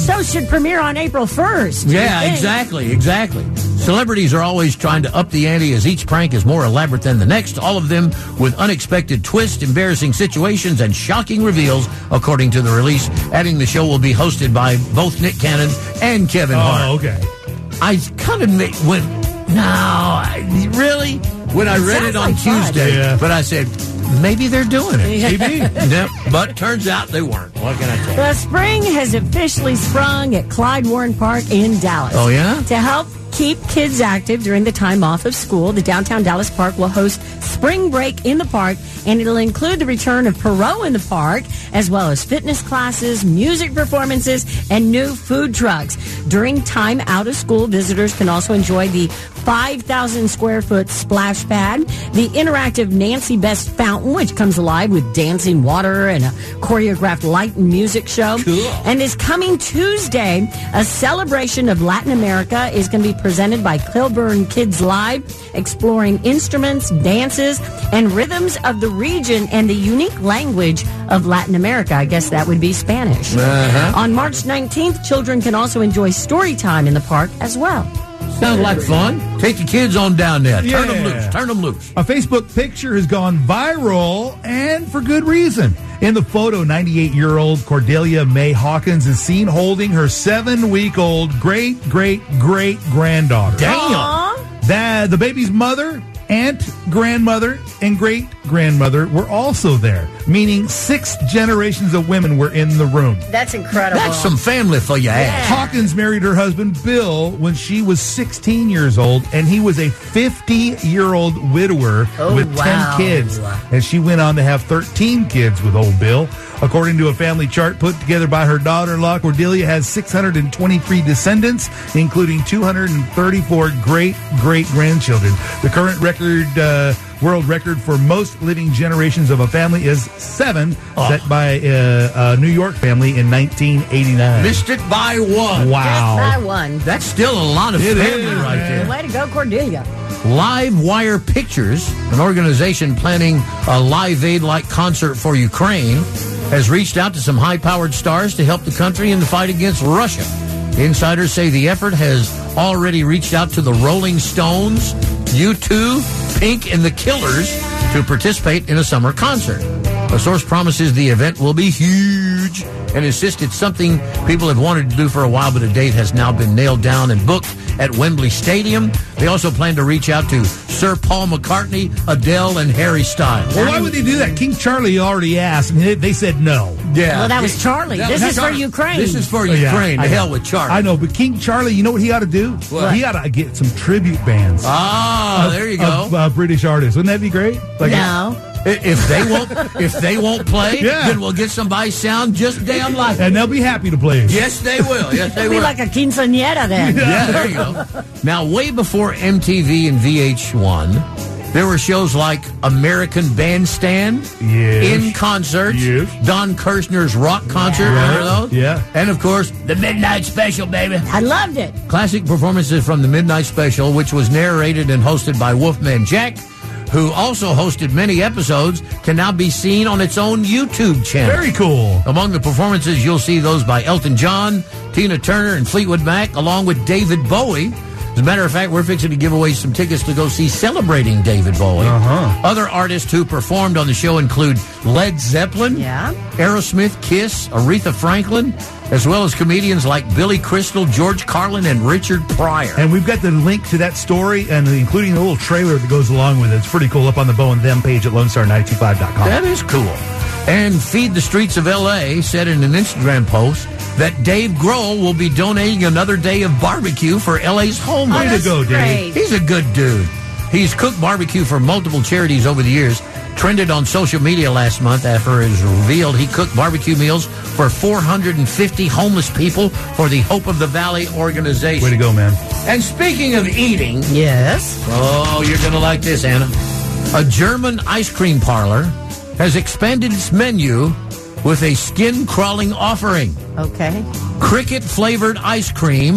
[SPEAKER 4] So should premiere on April 1st. you
[SPEAKER 3] Yeah,
[SPEAKER 4] think.
[SPEAKER 3] exactly, exactly. Celebrities are always trying to up the ante as each prank is more elaborate than the next, all of them with unexpected twists, embarrassing situations, and shocking reveals, according to the release. Adding the show will be hosted by both Nick Cannon and Kevin
[SPEAKER 5] Oh,
[SPEAKER 3] Hart.
[SPEAKER 5] okay.
[SPEAKER 3] I kind of ma- went, no, I, really? When I
[SPEAKER 5] It
[SPEAKER 3] read it
[SPEAKER 5] sounds
[SPEAKER 3] on
[SPEAKER 5] like fun.
[SPEAKER 3] Tuesday,
[SPEAKER 5] Yeah.
[SPEAKER 3] but I said, maybe they're doing it.
[SPEAKER 4] Yeah.
[SPEAKER 3] *laughs*
[SPEAKER 4] Maybe.
[SPEAKER 3] Yep, but turns out they weren't. What can I tell you?
[SPEAKER 4] The spring has officially sprung at Clyde Warren Park in Dallas.
[SPEAKER 3] Oh, yeah?
[SPEAKER 4] To help keep kids active during the time off of school, the downtown Dallas Park will host spring break in the park, and it'll include the return of Perot in the park, as well as fitness classes, music performances, and new food trucks. During time out of school, visitors can also enjoy the 5,000 square foot splash pad, the interactive Nancy Best fountain, which comes alive with dancing water and a choreographed light and music show. And this coming Tuesday, a celebration of Latin America is going to be presented by Kilburn Kids Live, exploring instruments, dances, and rhythms of the region and the unique language of Latin America. I guess that would be Spanish.
[SPEAKER 3] Uh-huh.
[SPEAKER 4] On March 19th, children can also enjoy story time in the park as well.
[SPEAKER 3] Sounds like fun. Take the kids on down there. Turn them
[SPEAKER 5] Yeah.
[SPEAKER 3] loose. Turn them loose.
[SPEAKER 5] A Facebook picture has gone viral and for good reason. In the photo, 98 year old Cordelia May Hawkins is seen holding her seven week old great great great granddaughter.
[SPEAKER 3] Damn. Aw.
[SPEAKER 5] That, the baby's mother, aunt, grandmother, and great grandmother were also there, meaning six generations of women were in the room.
[SPEAKER 4] That's incredible.
[SPEAKER 3] That's some family for your ass.
[SPEAKER 5] Hawkins married her husband Bill when she was 16 years old, and he was a 50 year old widower
[SPEAKER 3] Oh,
[SPEAKER 5] with
[SPEAKER 3] wow.
[SPEAKER 5] 10 kids. And she went on to have 13 kids with old Bill. According to a family chart put together by her daughter in law, Cordelia has 623 descendants, including 234 great great grandchildren. The current record. Uh, World record for most living generations of a family is seven,
[SPEAKER 3] Oh.
[SPEAKER 5] set by uh, a New York family in 1989.
[SPEAKER 3] Missed it by one.
[SPEAKER 4] Just
[SPEAKER 5] Wow.
[SPEAKER 4] by one.
[SPEAKER 3] That's still a lot of
[SPEAKER 5] It
[SPEAKER 3] family
[SPEAKER 5] is,
[SPEAKER 3] right there.
[SPEAKER 4] Way to go, Cordelia.
[SPEAKER 3] Live Wire Pictures, an organization planning a live aid like concert for Ukraine, has reached out to some high powered stars to help the country in the fight against Russia. Insiders say the effort has already reached out to the Rolling Stones, U2, Pink, and the Killers to participate in a summer concert. A source promises the event will be huge and insists it's something people have wanted to do for a while, but a date has now been nailed down and booked at Wembley Stadium. They also plan to reach out to Sir Paul McCartney, Adele, and Harry Styles.
[SPEAKER 5] Well, why would they do that? King Charlie already asked, and they- they said no.
[SPEAKER 3] Yeah.
[SPEAKER 4] Well, that was Charlie.
[SPEAKER 3] That
[SPEAKER 4] this
[SPEAKER 3] was
[SPEAKER 4] is
[SPEAKER 3] Charlie.
[SPEAKER 4] for Ukraine.
[SPEAKER 3] This is for
[SPEAKER 5] Oh, yeah.
[SPEAKER 3] Ukraine.
[SPEAKER 5] I
[SPEAKER 3] The
[SPEAKER 5] know.
[SPEAKER 3] hell with Charlie.
[SPEAKER 5] I know, but King Charlie, you know what he ought to do?
[SPEAKER 3] What?
[SPEAKER 5] He ought to get some tribute bands.
[SPEAKER 3] Ah,
[SPEAKER 5] of-
[SPEAKER 3] there you go.
[SPEAKER 5] Of, uh, British artists. Wouldn't that be great? Like
[SPEAKER 4] no.
[SPEAKER 3] I- if they
[SPEAKER 5] *laughs*
[SPEAKER 3] won't, if they won't play,
[SPEAKER 5] Yeah.
[SPEAKER 3] then we'll get somebody sound just damn like. it.
[SPEAKER 5] And they'll be happy to play it.
[SPEAKER 3] Yes, they will. Yes, they
[SPEAKER 4] It'd be
[SPEAKER 3] will.
[SPEAKER 4] like a quinceañera
[SPEAKER 3] *laughs*
[SPEAKER 4] then.
[SPEAKER 3] Yeah, there you go. Now, way before MTV and VH1, there were shows like American Bandstand,
[SPEAKER 5] Yes.
[SPEAKER 3] In Concert,
[SPEAKER 5] Yes.
[SPEAKER 3] Don Kirshner's Rock Concert, remember those?
[SPEAKER 5] Yeah.
[SPEAKER 3] And of course, The Midnight Special, baby.
[SPEAKER 4] I loved it.
[SPEAKER 3] Classic performances from the Midnight Special, which was narrated and hosted by Wolfman Jack, who also hosted many episodes, can now be seen on its own YouTube channel.
[SPEAKER 5] Very cool.
[SPEAKER 3] Among the performances, you'll see those by Elton John, Tina Turner, and Fleetwood Mac, along with David Bowie. As a matter of fact, we're fixing to give away some tickets to go see celebrating David Bowie.
[SPEAKER 5] Uh-huh.
[SPEAKER 3] Other artists who performed on the show include Led Zeppelin,
[SPEAKER 4] Yeah.
[SPEAKER 3] Aerosmith, Kiss, Aretha Franklin, as well as comedians like Billy Crystal, George Carlin, and Richard Pryor.
[SPEAKER 5] And we've got the link to that story and including the little trailer that goes along with it. It's pretty cool up on the Bow and Them page at LoneStar925.com.
[SPEAKER 3] That is cool. And Feed the Streets of LA said in an Instagram post that Dave Grohl will be donating another day of barbecue for LA's homeless.
[SPEAKER 5] Way to go, Dave.
[SPEAKER 3] He's a good dude. He's cooked barbecue for multiple charities over the years. Trended on social media last month after it was revealed he cooked barbecue meals for 450 homeless people for the Hope of the Valley organization.
[SPEAKER 5] Way to go, man.
[SPEAKER 3] And speaking of eating,
[SPEAKER 4] Yes.
[SPEAKER 3] Oh, you're going to like this, Anna. A German ice cream parlor has expanded its menu with a skin crawling offering
[SPEAKER 4] Okay.
[SPEAKER 3] cricket flavored ice cream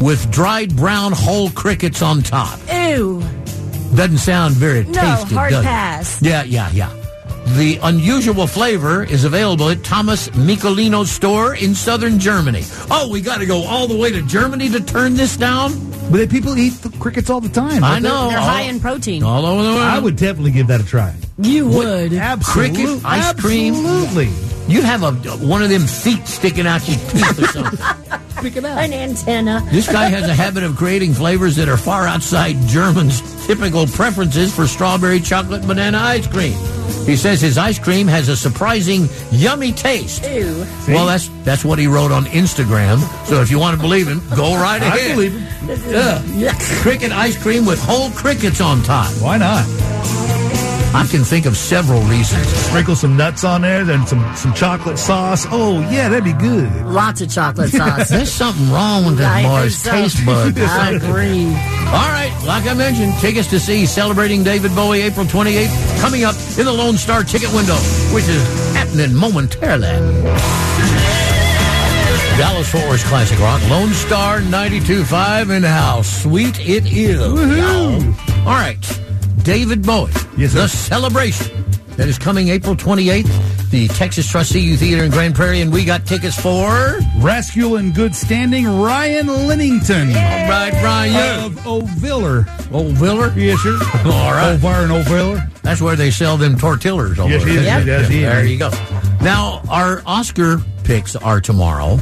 [SPEAKER 3] with dried brown whole crickets on top.
[SPEAKER 4] Ew.
[SPEAKER 3] Doesn't sound very
[SPEAKER 4] No,
[SPEAKER 3] tasty.
[SPEAKER 4] hard
[SPEAKER 3] does it?
[SPEAKER 4] pass.
[SPEAKER 3] Yeah, yeah, yeah. The unusual flavor is available at Thomas Michelino's store in southern Germany. Oh, we got to go all the way to Germany to turn this down?
[SPEAKER 5] But people eat the crickets all the time.
[SPEAKER 3] I
[SPEAKER 5] don't they?
[SPEAKER 3] know. Oh.
[SPEAKER 4] They're
[SPEAKER 3] all-
[SPEAKER 4] high in protein.
[SPEAKER 3] all over the world.
[SPEAKER 5] I would definitely give that a try.
[SPEAKER 4] You would.
[SPEAKER 5] Absolutely.
[SPEAKER 3] Cricket ice cream.
[SPEAKER 5] Absolutely.
[SPEAKER 3] You'd have a one of them feet sticking out your teeth or something.
[SPEAKER 5] *laughs*
[SPEAKER 4] An antenna.
[SPEAKER 3] This guy has a habit of creating flavors that are far outside Germans' typical preferences for strawberry, chocolate, banana ice cream. He says his ice cream has a surprising yummy taste.
[SPEAKER 4] Ew.
[SPEAKER 3] Well, that's that's what he wrote on Instagram. So if you want to believe him, go right
[SPEAKER 5] I
[SPEAKER 3] ahead.
[SPEAKER 5] believe him.
[SPEAKER 3] Yeah. Cricket ice cream with whole crickets on top.
[SPEAKER 5] Why not?
[SPEAKER 3] I can think of several reasons.
[SPEAKER 5] Sprinkle some nuts on there, then some, some chocolate sauce. Oh, yeah, that'd be good.
[SPEAKER 6] Lots of chocolate
[SPEAKER 3] *laughs*
[SPEAKER 6] sauce.
[SPEAKER 3] There's something wrong with
[SPEAKER 6] I
[SPEAKER 3] that
[SPEAKER 6] think
[SPEAKER 3] Mars
[SPEAKER 6] so.
[SPEAKER 3] taste
[SPEAKER 6] *laughs*
[SPEAKER 3] bud.
[SPEAKER 6] I agree.
[SPEAKER 3] All right, like I mentioned, tickets to see Celebrating David Bowie April 28th coming up in the Lone Star ticket window, which is happening momentarily. Dallas Fort Worth Classic Rock, Lone Star 92.5, and how sweet it is. All right, David Bowie,
[SPEAKER 5] Yes, sir.
[SPEAKER 3] the celebration that is coming April 28th, the Texas Trustee Theater in Grand Prairie, and we got tickets for.
[SPEAKER 5] Rescue in good standing, Ryan Linnington.
[SPEAKER 3] All right, Brian.
[SPEAKER 5] Of O'Viller.
[SPEAKER 3] Old Viller?
[SPEAKER 5] Uh, Yes,
[SPEAKER 3] *laughs*
[SPEAKER 5] sir.
[SPEAKER 3] All right.
[SPEAKER 5] O'Var and O'Viller.
[SPEAKER 3] That's where they sell them tortillas over
[SPEAKER 5] Yes, he
[SPEAKER 3] there.
[SPEAKER 5] is. He does. He is.
[SPEAKER 3] There you go. Now, our Oscar picks are tomorrow.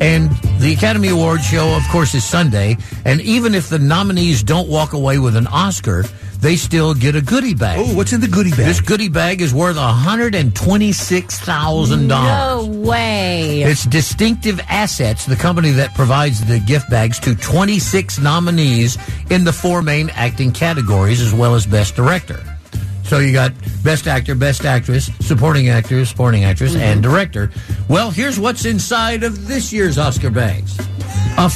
[SPEAKER 3] And the Academy Awards show, of course, is Sunday. And even if the nominees don't walk away with an Oscar, they still get a goodie bag.
[SPEAKER 5] Oh, what's in the goodie bag?
[SPEAKER 3] This goodie bag is worth $126,000.
[SPEAKER 6] No way.
[SPEAKER 3] It's Distinctive Assets, the company that provides the gift bags to 26 nominees in the four main acting categories, as well as Best Director. So you got Best Actor, Best Actress, Supporting Actor, Supporting Actress, and Director. Well, here's what's inside of this year's Oscar bags a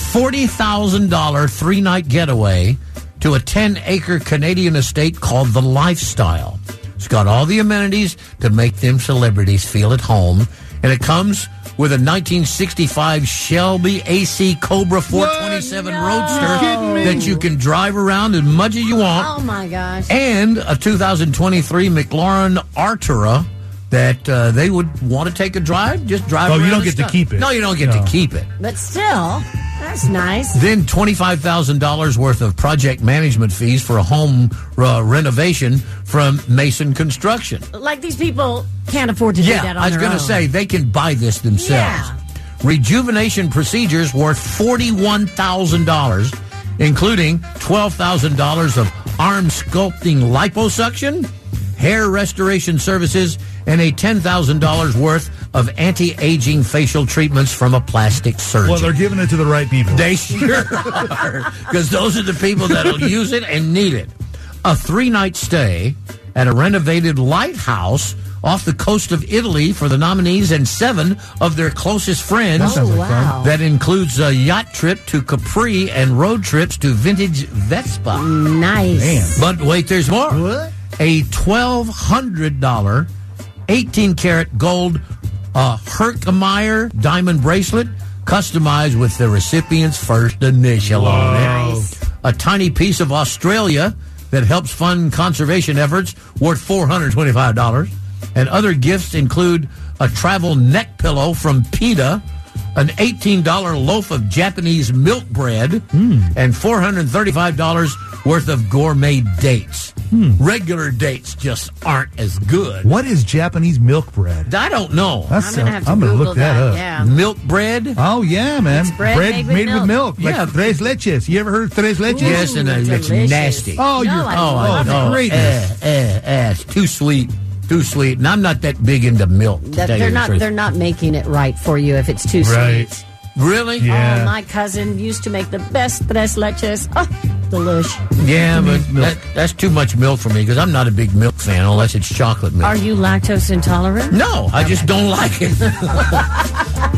[SPEAKER 3] $40,000 three night getaway to a 10 acre Canadian estate called The Lifestyle. It's got all the amenities to make them celebrities feel at home, and it comes with a 1965 Shelby AC Cobra 427 Roadster that you can drive around as much as you want
[SPEAKER 6] Oh my gosh.
[SPEAKER 3] and a 2023 McLaren Artura that uh, they would want to take a drive, just drive.
[SPEAKER 5] Oh, you
[SPEAKER 3] around
[SPEAKER 5] don't
[SPEAKER 3] and
[SPEAKER 5] get to
[SPEAKER 3] stuff.
[SPEAKER 5] keep it.
[SPEAKER 3] No, you don't get
[SPEAKER 5] No.
[SPEAKER 3] to keep it.
[SPEAKER 6] But still, that's nice.
[SPEAKER 3] Then twenty-five thousand dollars worth of project management fees for a home uh, renovation from Mason Construction.
[SPEAKER 6] Like these people can't afford to do
[SPEAKER 3] Yeah,
[SPEAKER 6] that on
[SPEAKER 3] I was
[SPEAKER 6] their
[SPEAKER 3] going to
[SPEAKER 6] own.
[SPEAKER 3] say they can buy this themselves.
[SPEAKER 6] Yeah.
[SPEAKER 3] Rejuvenation procedures worth forty-one thousand dollars, including twelve thousand dollars of arm sculpting liposuction, hair restoration services, and a ten thousand dollars worth of anti-aging facial treatments from a plastic surgeon.
[SPEAKER 5] Well, they're giving it to the right people.
[SPEAKER 3] They sure *laughs* are. Because those are the people that'll use it and need it. A three night stay at a renovated lighthouse off the coast of Italy for the nominees and seven of their closest friends.
[SPEAKER 6] Oh, wow.
[SPEAKER 3] That includes a yacht trip to Capri and road trips to vintage Vespa.
[SPEAKER 6] Nice.
[SPEAKER 3] But wait, there's more.
[SPEAKER 5] What?
[SPEAKER 3] A twelve hundred dollar, eighteen karat gold uh, Herkimer diamond bracelet, customized with the recipient's first initial on it. A tiny piece of Australia that helps fund conservation efforts, worth four hundred twenty-five dollars. And other gifts include a travel neck pillow from PETA an $18 loaf of Japanese milk bread, and $435 worth of gourmet dates. Regular dates just aren't as good.
[SPEAKER 5] What is Japanese milk bread?
[SPEAKER 3] I don't know.
[SPEAKER 5] That's
[SPEAKER 6] I'm going to have to
[SPEAKER 5] I'm gonna
[SPEAKER 6] Google
[SPEAKER 5] look that, up.
[SPEAKER 6] Yeah.
[SPEAKER 3] Milk bread?
[SPEAKER 5] Oh yeah, man!
[SPEAKER 6] bread made with
[SPEAKER 5] with milk.
[SPEAKER 3] Yeah.
[SPEAKER 5] like tres leches. You ever heard of tres leches?
[SPEAKER 3] yes, and uh, it's
[SPEAKER 6] delicious.
[SPEAKER 3] nasty.
[SPEAKER 5] Oh,
[SPEAKER 6] No,
[SPEAKER 5] you're
[SPEAKER 6] I
[SPEAKER 3] oh,
[SPEAKER 6] love
[SPEAKER 3] I
[SPEAKER 6] it.
[SPEAKER 3] know.
[SPEAKER 5] Greatness.
[SPEAKER 3] Eh, eh, eh, it's too sweet. Too sweet. And I'm not that big into milk. to
[SPEAKER 6] That
[SPEAKER 3] tell you
[SPEAKER 6] they're
[SPEAKER 3] the
[SPEAKER 6] not
[SPEAKER 3] truth.
[SPEAKER 6] they're not making it right for you if it's too
[SPEAKER 5] Right.
[SPEAKER 6] sweet.
[SPEAKER 3] Really?
[SPEAKER 5] Yeah.
[SPEAKER 6] Oh, my cousin used to make the best tres leches. Oh, delish.
[SPEAKER 3] Yeah, but that, that's too much milk for me because I'm not a big milk fan unless it's chocolate milk.
[SPEAKER 6] Are you lactose intolerant?
[SPEAKER 3] No, I just don't like *laughs* it.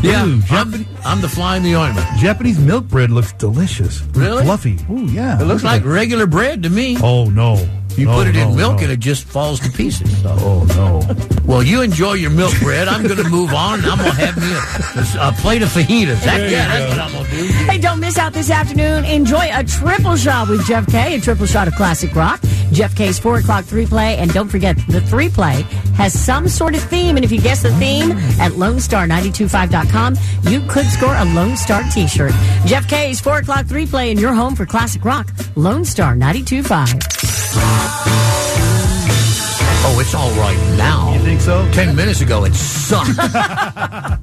[SPEAKER 3] yeah,
[SPEAKER 5] Ooh,
[SPEAKER 3] I'm, I'm the fly in the ointment.
[SPEAKER 5] Japanese milk bread looks delicious.
[SPEAKER 3] Really?
[SPEAKER 5] Fluffy. Ooh, yeah.
[SPEAKER 3] It looks like regular bread to me.
[SPEAKER 5] Oh no.
[SPEAKER 3] You
[SPEAKER 5] No,
[SPEAKER 3] put it
[SPEAKER 5] no,
[SPEAKER 3] in milk
[SPEAKER 5] no.
[SPEAKER 3] and it just falls to pieces. So.
[SPEAKER 5] Oh no!
[SPEAKER 3] *laughs* Well, you enjoy your milk bread. I'm going to move on. and I'm going to have me a, a plate of fajitas. That, yeah, that's what I'm going to do.
[SPEAKER 4] Hey, don't miss out this afternoon. Enjoy a triple shot with Jeff K, a triple shot of classic rock. Jeff K's four o'clock three play, and don't forget the three play has some sort of theme. And if you guess the theme at LoneStar925.com, you could score a Lone Star T-shirt. Jeff K's four o'clock three play in your home for classic rock. Lone Star 925.
[SPEAKER 3] Oh, it's all right now. You think so? Ten minutes ago, it
[SPEAKER 5] *laughs*
[SPEAKER 3] sucked.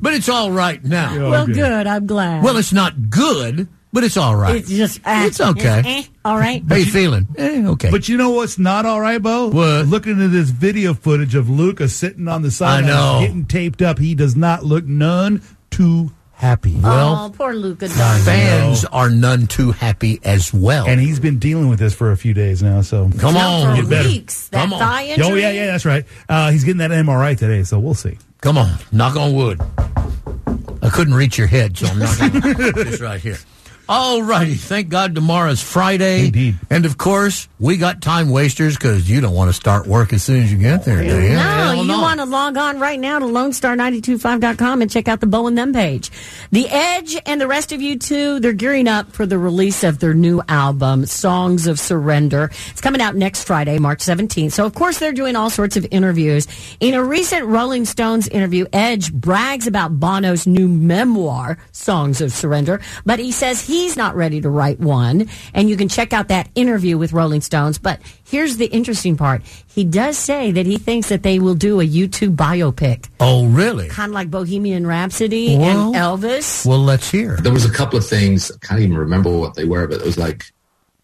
[SPEAKER 3] but it's all right now.
[SPEAKER 4] well, good. I'm glad.
[SPEAKER 3] Well, it's not good, but it's all right.
[SPEAKER 4] It's just eh,
[SPEAKER 3] It's okay.
[SPEAKER 4] eh, all right.
[SPEAKER 3] How you feeling? Eh, okay.
[SPEAKER 5] But you know what's not all right, Bo? What? Looking at this video footage of Luca sitting on the sideline
[SPEAKER 3] know.
[SPEAKER 5] getting taped up, he does not look none too happy.
[SPEAKER 3] Well,
[SPEAKER 6] oh, poor Luca.
[SPEAKER 3] fans are none too happy as well.
[SPEAKER 5] and he's been dealing with this for a few days now. So
[SPEAKER 3] Come on.
[SPEAKER 5] Get better.
[SPEAKER 6] Weeks, that
[SPEAKER 3] Come on.
[SPEAKER 6] thigh injury.
[SPEAKER 5] Oh yeah, yeah, that's right. Uh, he's getting that MRI today, so we'll see.
[SPEAKER 3] Come on, knock on wood. I couldn't reach your head, so I'm
[SPEAKER 4] *laughs*
[SPEAKER 3] knocking this right here. All righty, thank God tomorrow's Friday. Indeed. And of course, we got time wasters because you don't want to start work as soon as you get there, do you?
[SPEAKER 4] No,
[SPEAKER 3] Hell
[SPEAKER 4] Oh, you want to log on right now to LoneStar925.com and check out the Bow and Them page. The Edge and the rest of you too, they're gearing up for the release of their new album, Songs of Surrender. It's coming out next Friday, March 17th. So, of course, they're doing all sorts of interviews. In a recent Rolling Stones interview, Edge brags about Bono's new memoir, Songs of Surrender, but he says he's not ready to write one. And you can check out that interview with Rolling Stones. But here's the interesting part he does say that he thinks that they will do a YouTube biopic,
[SPEAKER 3] Oh, really?
[SPEAKER 4] kind of like Bohemian Rhapsody
[SPEAKER 3] Well- *laughs*
[SPEAKER 4] and Elvis.
[SPEAKER 3] Well, let's hear.
[SPEAKER 21] There was a couple of things. I can't even remember what they were, but it was like,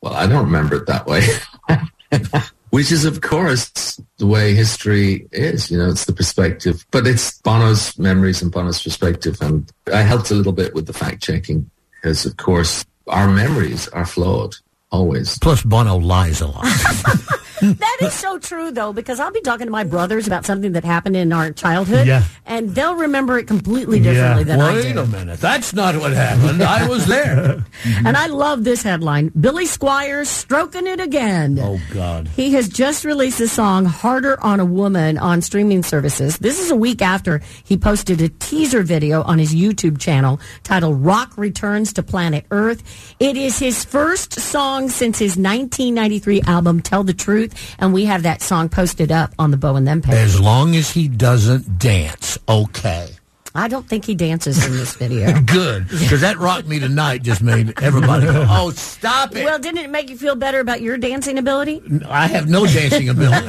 [SPEAKER 21] well, I don't remember it that way. *laughs* Which is, of course, the way history is. You know, it's the perspective, but it's Bono's memories and Bono's perspective. And I helped a little bit with the fact checking because, of course, our memories are flawed always.
[SPEAKER 3] Plus, Bono lies
[SPEAKER 4] *laughs*
[SPEAKER 3] a lot.
[SPEAKER 4] that is so true, though, because I'll be talking to my brothers about something that happened in our childhood,
[SPEAKER 3] Yeah.
[SPEAKER 4] and they'll remember it completely differently than I
[SPEAKER 3] Wait
[SPEAKER 4] do.
[SPEAKER 3] a minute. That's not what happened. I was
[SPEAKER 4] *laughs*
[SPEAKER 3] there.
[SPEAKER 4] And I love this headline Billy Squires stroking it again.
[SPEAKER 3] Oh, God.
[SPEAKER 4] He has just released the song Harder on a Woman on streaming services. This is a week after he posted a teaser video on his YouTube channel titled Rock Returns to Planet Earth. It is his first song since his 1993 album Tell the Truth, and we have that song posted up on the Bow and Them page.
[SPEAKER 3] As long as he doesn't dance, okay.
[SPEAKER 4] I don't think he dances in this video.
[SPEAKER 3] *laughs* Good. Because that rocked me tonight just made everybody go, oh, stop it.
[SPEAKER 4] Well, didn't it make you feel better about your dancing ability?
[SPEAKER 3] I have no dancing ability.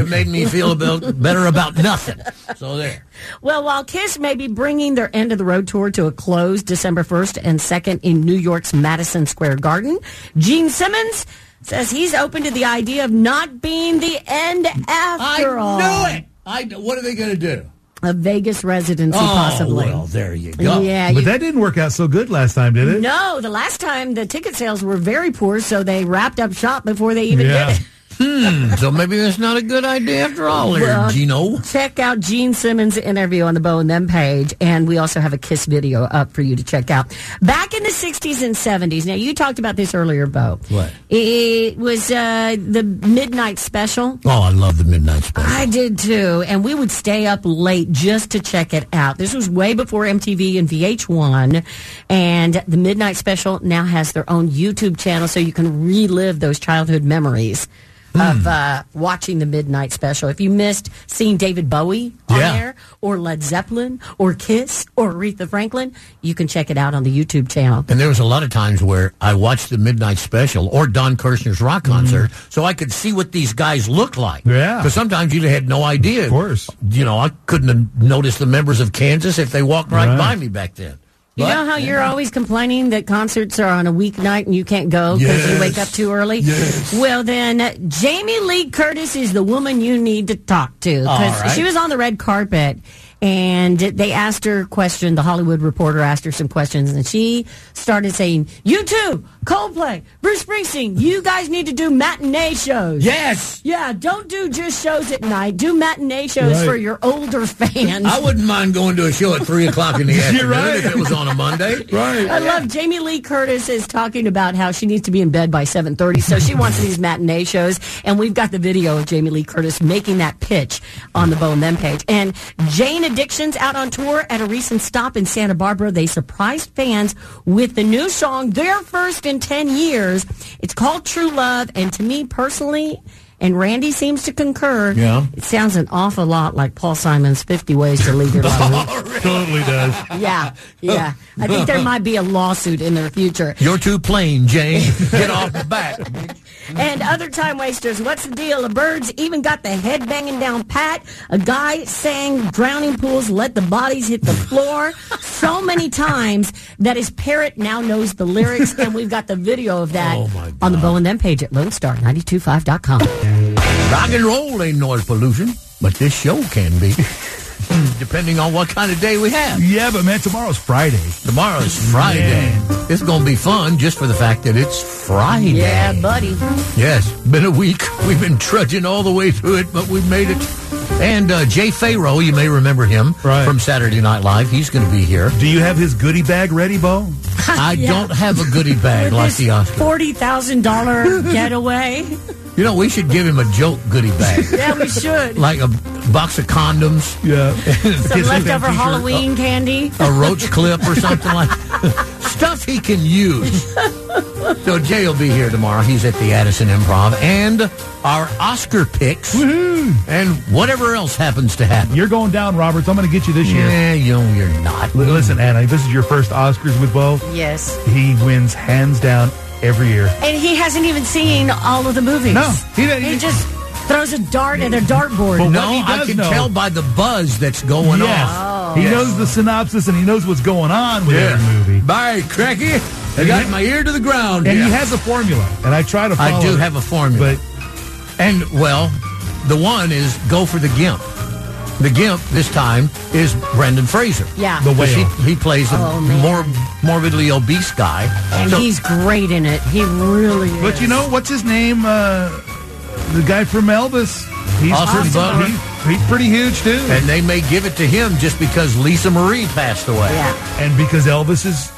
[SPEAKER 3] it made me feel about, better about nothing. So there.
[SPEAKER 4] Well, while Kiss may be bringing their end of the road tour to a close December 1st and 2nd in New York's Madison Square Garden, Gene Simmons says he's open to the idea of not being the end after all.
[SPEAKER 3] I knew it. I, kn- what are they going to do?
[SPEAKER 4] A Vegas residency,
[SPEAKER 3] oh,
[SPEAKER 4] possibly.
[SPEAKER 3] well, there you go.
[SPEAKER 4] Yeah,
[SPEAKER 5] but
[SPEAKER 4] you-
[SPEAKER 5] that didn't work out so good last time, did it?
[SPEAKER 4] No, the last time the ticket sales were very poor, so they wrapped up shop before they even did
[SPEAKER 3] Yeah.
[SPEAKER 4] it.
[SPEAKER 3] Hmm, so maybe that's not a good idea after all, there,
[SPEAKER 4] Well,
[SPEAKER 3] Gino.
[SPEAKER 4] Check out Gene Simmons' interview on the Bow and Them page, and we also have a Kiss video up for you to check out. Back in the 60s and 70s, now you talked about this earlier, Bo.
[SPEAKER 3] What?
[SPEAKER 4] It was uh, the midnight special.
[SPEAKER 3] Oh, I love the Midnight Special.
[SPEAKER 4] I did too, and we would stay up late just to check it out. This was way before MTV and VH1, and the Midnight Special now has their own YouTube channel, so you can relive those childhood memories of uh, watching the Midnight Special. If you missed seeing David Bowie on
[SPEAKER 3] Yeah.
[SPEAKER 4] there, or Led Zeppelin, or Kiss, or Aretha Franklin, you can check it out on the YouTube channel.
[SPEAKER 3] And there was a lot of times where I watched the Midnight Special or Don Kirshner's rock concert so I could see what these guys look like.
[SPEAKER 5] Mm-hmm. Yeah.
[SPEAKER 3] Because sometimes you had no idea. Of
[SPEAKER 5] course.
[SPEAKER 3] You know, I couldn't have noticed the members of Kansas if they walked right,
[SPEAKER 5] Right.
[SPEAKER 3] by me back then.
[SPEAKER 4] You
[SPEAKER 3] But-
[SPEAKER 4] know how you're always complaining that concerts are on a weeknight and you can't go because you
[SPEAKER 3] Yes.
[SPEAKER 4] wake up too early?
[SPEAKER 3] Yes.
[SPEAKER 4] Well, then, uh, Jamie Lee Curtis is the woman you need to talk to
[SPEAKER 3] All
[SPEAKER 4] because
[SPEAKER 3] right.
[SPEAKER 4] she was on the red carpet and they asked her a question. The Hollywood Reporter asked her some questions, and she started saying, "You too, Coldplay, Bruce Springsteen. You guys need to do matinee shows.
[SPEAKER 3] Yes,
[SPEAKER 4] yeah. Don't do just shows at night. Do matinee shows
[SPEAKER 3] Right.
[SPEAKER 4] for your older fans.
[SPEAKER 3] I wouldn't mind going to a show at three o'clock in the
[SPEAKER 5] *laughs* You're
[SPEAKER 3] afternoon
[SPEAKER 5] right.
[SPEAKER 3] if it was on a
[SPEAKER 5] *laughs*
[SPEAKER 3] Monday. right.
[SPEAKER 4] I love Jamie Lee Curtis is talking about how she needs to be in bed by 7:30, so she wants these matinee shows, and we've got the video of Jamie Lee Curtis making that pitch on the Bone Them page. And Jane Addiction's out on tour at a recent stop in Santa Barbara. They surprised fans with the new song, their first in 10 years. It's called True Love, and to me personally. And Randy seems to concur.
[SPEAKER 19] Yeah.
[SPEAKER 4] It sounds an awful lot like Paul Simon's 50 Ways to Leave Your Life.
[SPEAKER 5] Totally does.
[SPEAKER 3] *laughs*
[SPEAKER 4] Yeah, yeah. I think there might be a lawsuit in their future.
[SPEAKER 3] You're too plain, Jane. Get off the back.
[SPEAKER 4] And other time wasters, what's the deal? The birds even got the head banging down pat. A guy sang drowning pools, let the bodies hit
[SPEAKER 3] *laughs*
[SPEAKER 4] the floor so many times that his parrot now knows the lyrics. And we've got the video of that
[SPEAKER 3] Oh,
[SPEAKER 4] on the Bow and Them page at lonestar925.com.
[SPEAKER 3] Rock and roll ain't noise pollution, but this show can be. *laughs* Depending on what kind of day we have.
[SPEAKER 5] Yeah, but man, tomorrow's Friday.
[SPEAKER 3] Tomorrow's Friday. It's going to be fun just for the fact that it's Friday.
[SPEAKER 4] Yeah, buddy.
[SPEAKER 3] Yes, been a week. We've been trudging all the way through it, but we've made it. And uh, Jay Farrow, you may remember him from Saturday Night Live. He's going to be
[SPEAKER 4] *laughs*
[SPEAKER 3] here.
[SPEAKER 5] Do you have his goodie bag ready, Bo?
[SPEAKER 3] I
[SPEAKER 4] Yeah.
[SPEAKER 3] don't have a goodie bag like the Oscar. *laughs*
[SPEAKER 4] $40,000 getaway.
[SPEAKER 3] You know, we should give him a joke goodie bag.
[SPEAKER 4] *laughs* Yeah, we should.
[SPEAKER 3] like a box of condoms. *laughs*
[SPEAKER 5] Yeah.
[SPEAKER 4] Some leftover Halloween candy.
[SPEAKER 3] A roach clip or something like *laughs* stuff he can use. So Jay will be here tomorrow. He's at the Addison Improv and our Oscar picks and whatever else happens to happen.
[SPEAKER 5] Uh-huh. You're going down, Roberts. I'm going to get you this year.
[SPEAKER 3] Yeah, you know you're not.
[SPEAKER 5] L- listen, Anna, this is your first Oscars with Bo.
[SPEAKER 4] Yes.
[SPEAKER 5] He wins hands down every year.
[SPEAKER 4] And he hasn't even seen all of the movies.
[SPEAKER 5] No,
[SPEAKER 4] he didn't. He just throws a dart at a dartboard.
[SPEAKER 3] Oh, no, I can tell by the buzz that's going
[SPEAKER 5] yes.
[SPEAKER 3] on.
[SPEAKER 5] He knows the synopsis and he knows what's going on with
[SPEAKER 3] Yeah.
[SPEAKER 5] every movie.
[SPEAKER 3] Bye, Cracky. I
[SPEAKER 5] And
[SPEAKER 3] got
[SPEAKER 5] he-
[SPEAKER 3] my ear to the ground.
[SPEAKER 5] And he
[SPEAKER 3] Yeah.
[SPEAKER 5] has a formula, and I try to follow
[SPEAKER 3] I do
[SPEAKER 5] it.
[SPEAKER 3] have a formula. But and well, the one is go for the gimp. The gimp this time is Brendan Fraser.
[SPEAKER 4] Yeah.
[SPEAKER 5] The
[SPEAKER 3] Because
[SPEAKER 5] whale.
[SPEAKER 3] He, he plays the
[SPEAKER 4] Oh, man.
[SPEAKER 3] mor- morbidly obese guy.
[SPEAKER 4] And
[SPEAKER 3] So-
[SPEAKER 4] he's great in it. He really is.
[SPEAKER 5] But you know what's his name? Uh, the guy from Elvis. He's
[SPEAKER 3] Austin
[SPEAKER 5] pretty,
[SPEAKER 3] Butler.
[SPEAKER 5] he- he's pretty huge too.
[SPEAKER 3] and they may give it to him just because Lisa Marie passed away.
[SPEAKER 4] Yeah.
[SPEAKER 5] And because Elvis is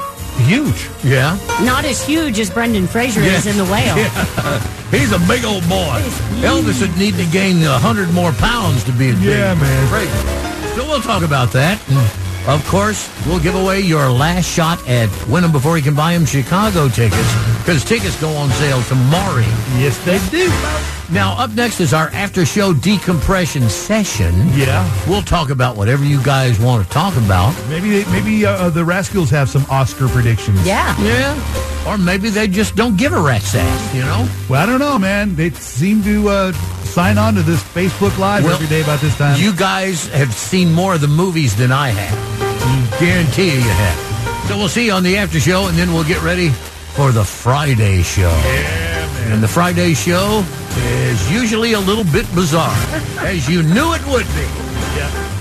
[SPEAKER 5] huge.
[SPEAKER 3] Yeah.
[SPEAKER 4] Not as huge as Brendan Fraser is
[SPEAKER 3] Yeah.
[SPEAKER 4] in The
[SPEAKER 5] *laughs*
[SPEAKER 4] Whale.
[SPEAKER 3] He's a big old boy. Elvis would need to gain a hundred more pounds to be as big
[SPEAKER 5] Yeah,
[SPEAKER 3] as
[SPEAKER 5] man.
[SPEAKER 3] Fraser. So we'll talk about that. And of course, we'll give away your last shot at win 'em before you can buy 'em Chicago tickets because tickets go on sale tomorrow.
[SPEAKER 5] Yes, they do.
[SPEAKER 3] Now, up next is our after show decompression session.
[SPEAKER 5] Yeah.
[SPEAKER 3] We'll talk about whatever you guys want to talk about.
[SPEAKER 5] Maybe they, maybe uh, the Rascals have some Oscar predictions.
[SPEAKER 4] Yeah.
[SPEAKER 3] Yeah. Or maybe they just don't give a rat's ass, you know?
[SPEAKER 5] Well, I don't know, man. They seem to uh, sign on to this Facebook Live
[SPEAKER 3] Well,
[SPEAKER 5] every day about this time.
[SPEAKER 3] You guys have seen more of the movies than I have. Guarantee you, you have. So we'll see you on the after show, and then we'll get ready for the Friday show. And the Friday show is usually a little bit bizarre, as you knew it would be.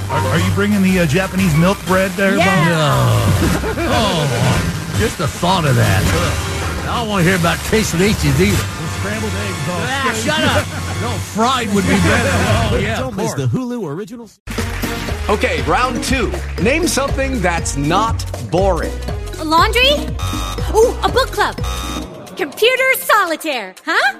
[SPEAKER 5] are, are you bringing the uh, Japanese milk bread there?
[SPEAKER 4] Yeah.
[SPEAKER 3] Oh, just the thought of that. Ugh. I don't want to hear about quesadillas either.
[SPEAKER 5] Bob? With Scrambled eggs. all
[SPEAKER 3] Ah,
[SPEAKER 5] straight.
[SPEAKER 3] shut up. No, fried would be better. Oh, yeah.
[SPEAKER 17] Don't miss the Hulu original.
[SPEAKER 22] Okay, round two. Name something that's not boring.
[SPEAKER 18] A laundry? Ooh, a book club. Computer solitaire, huh?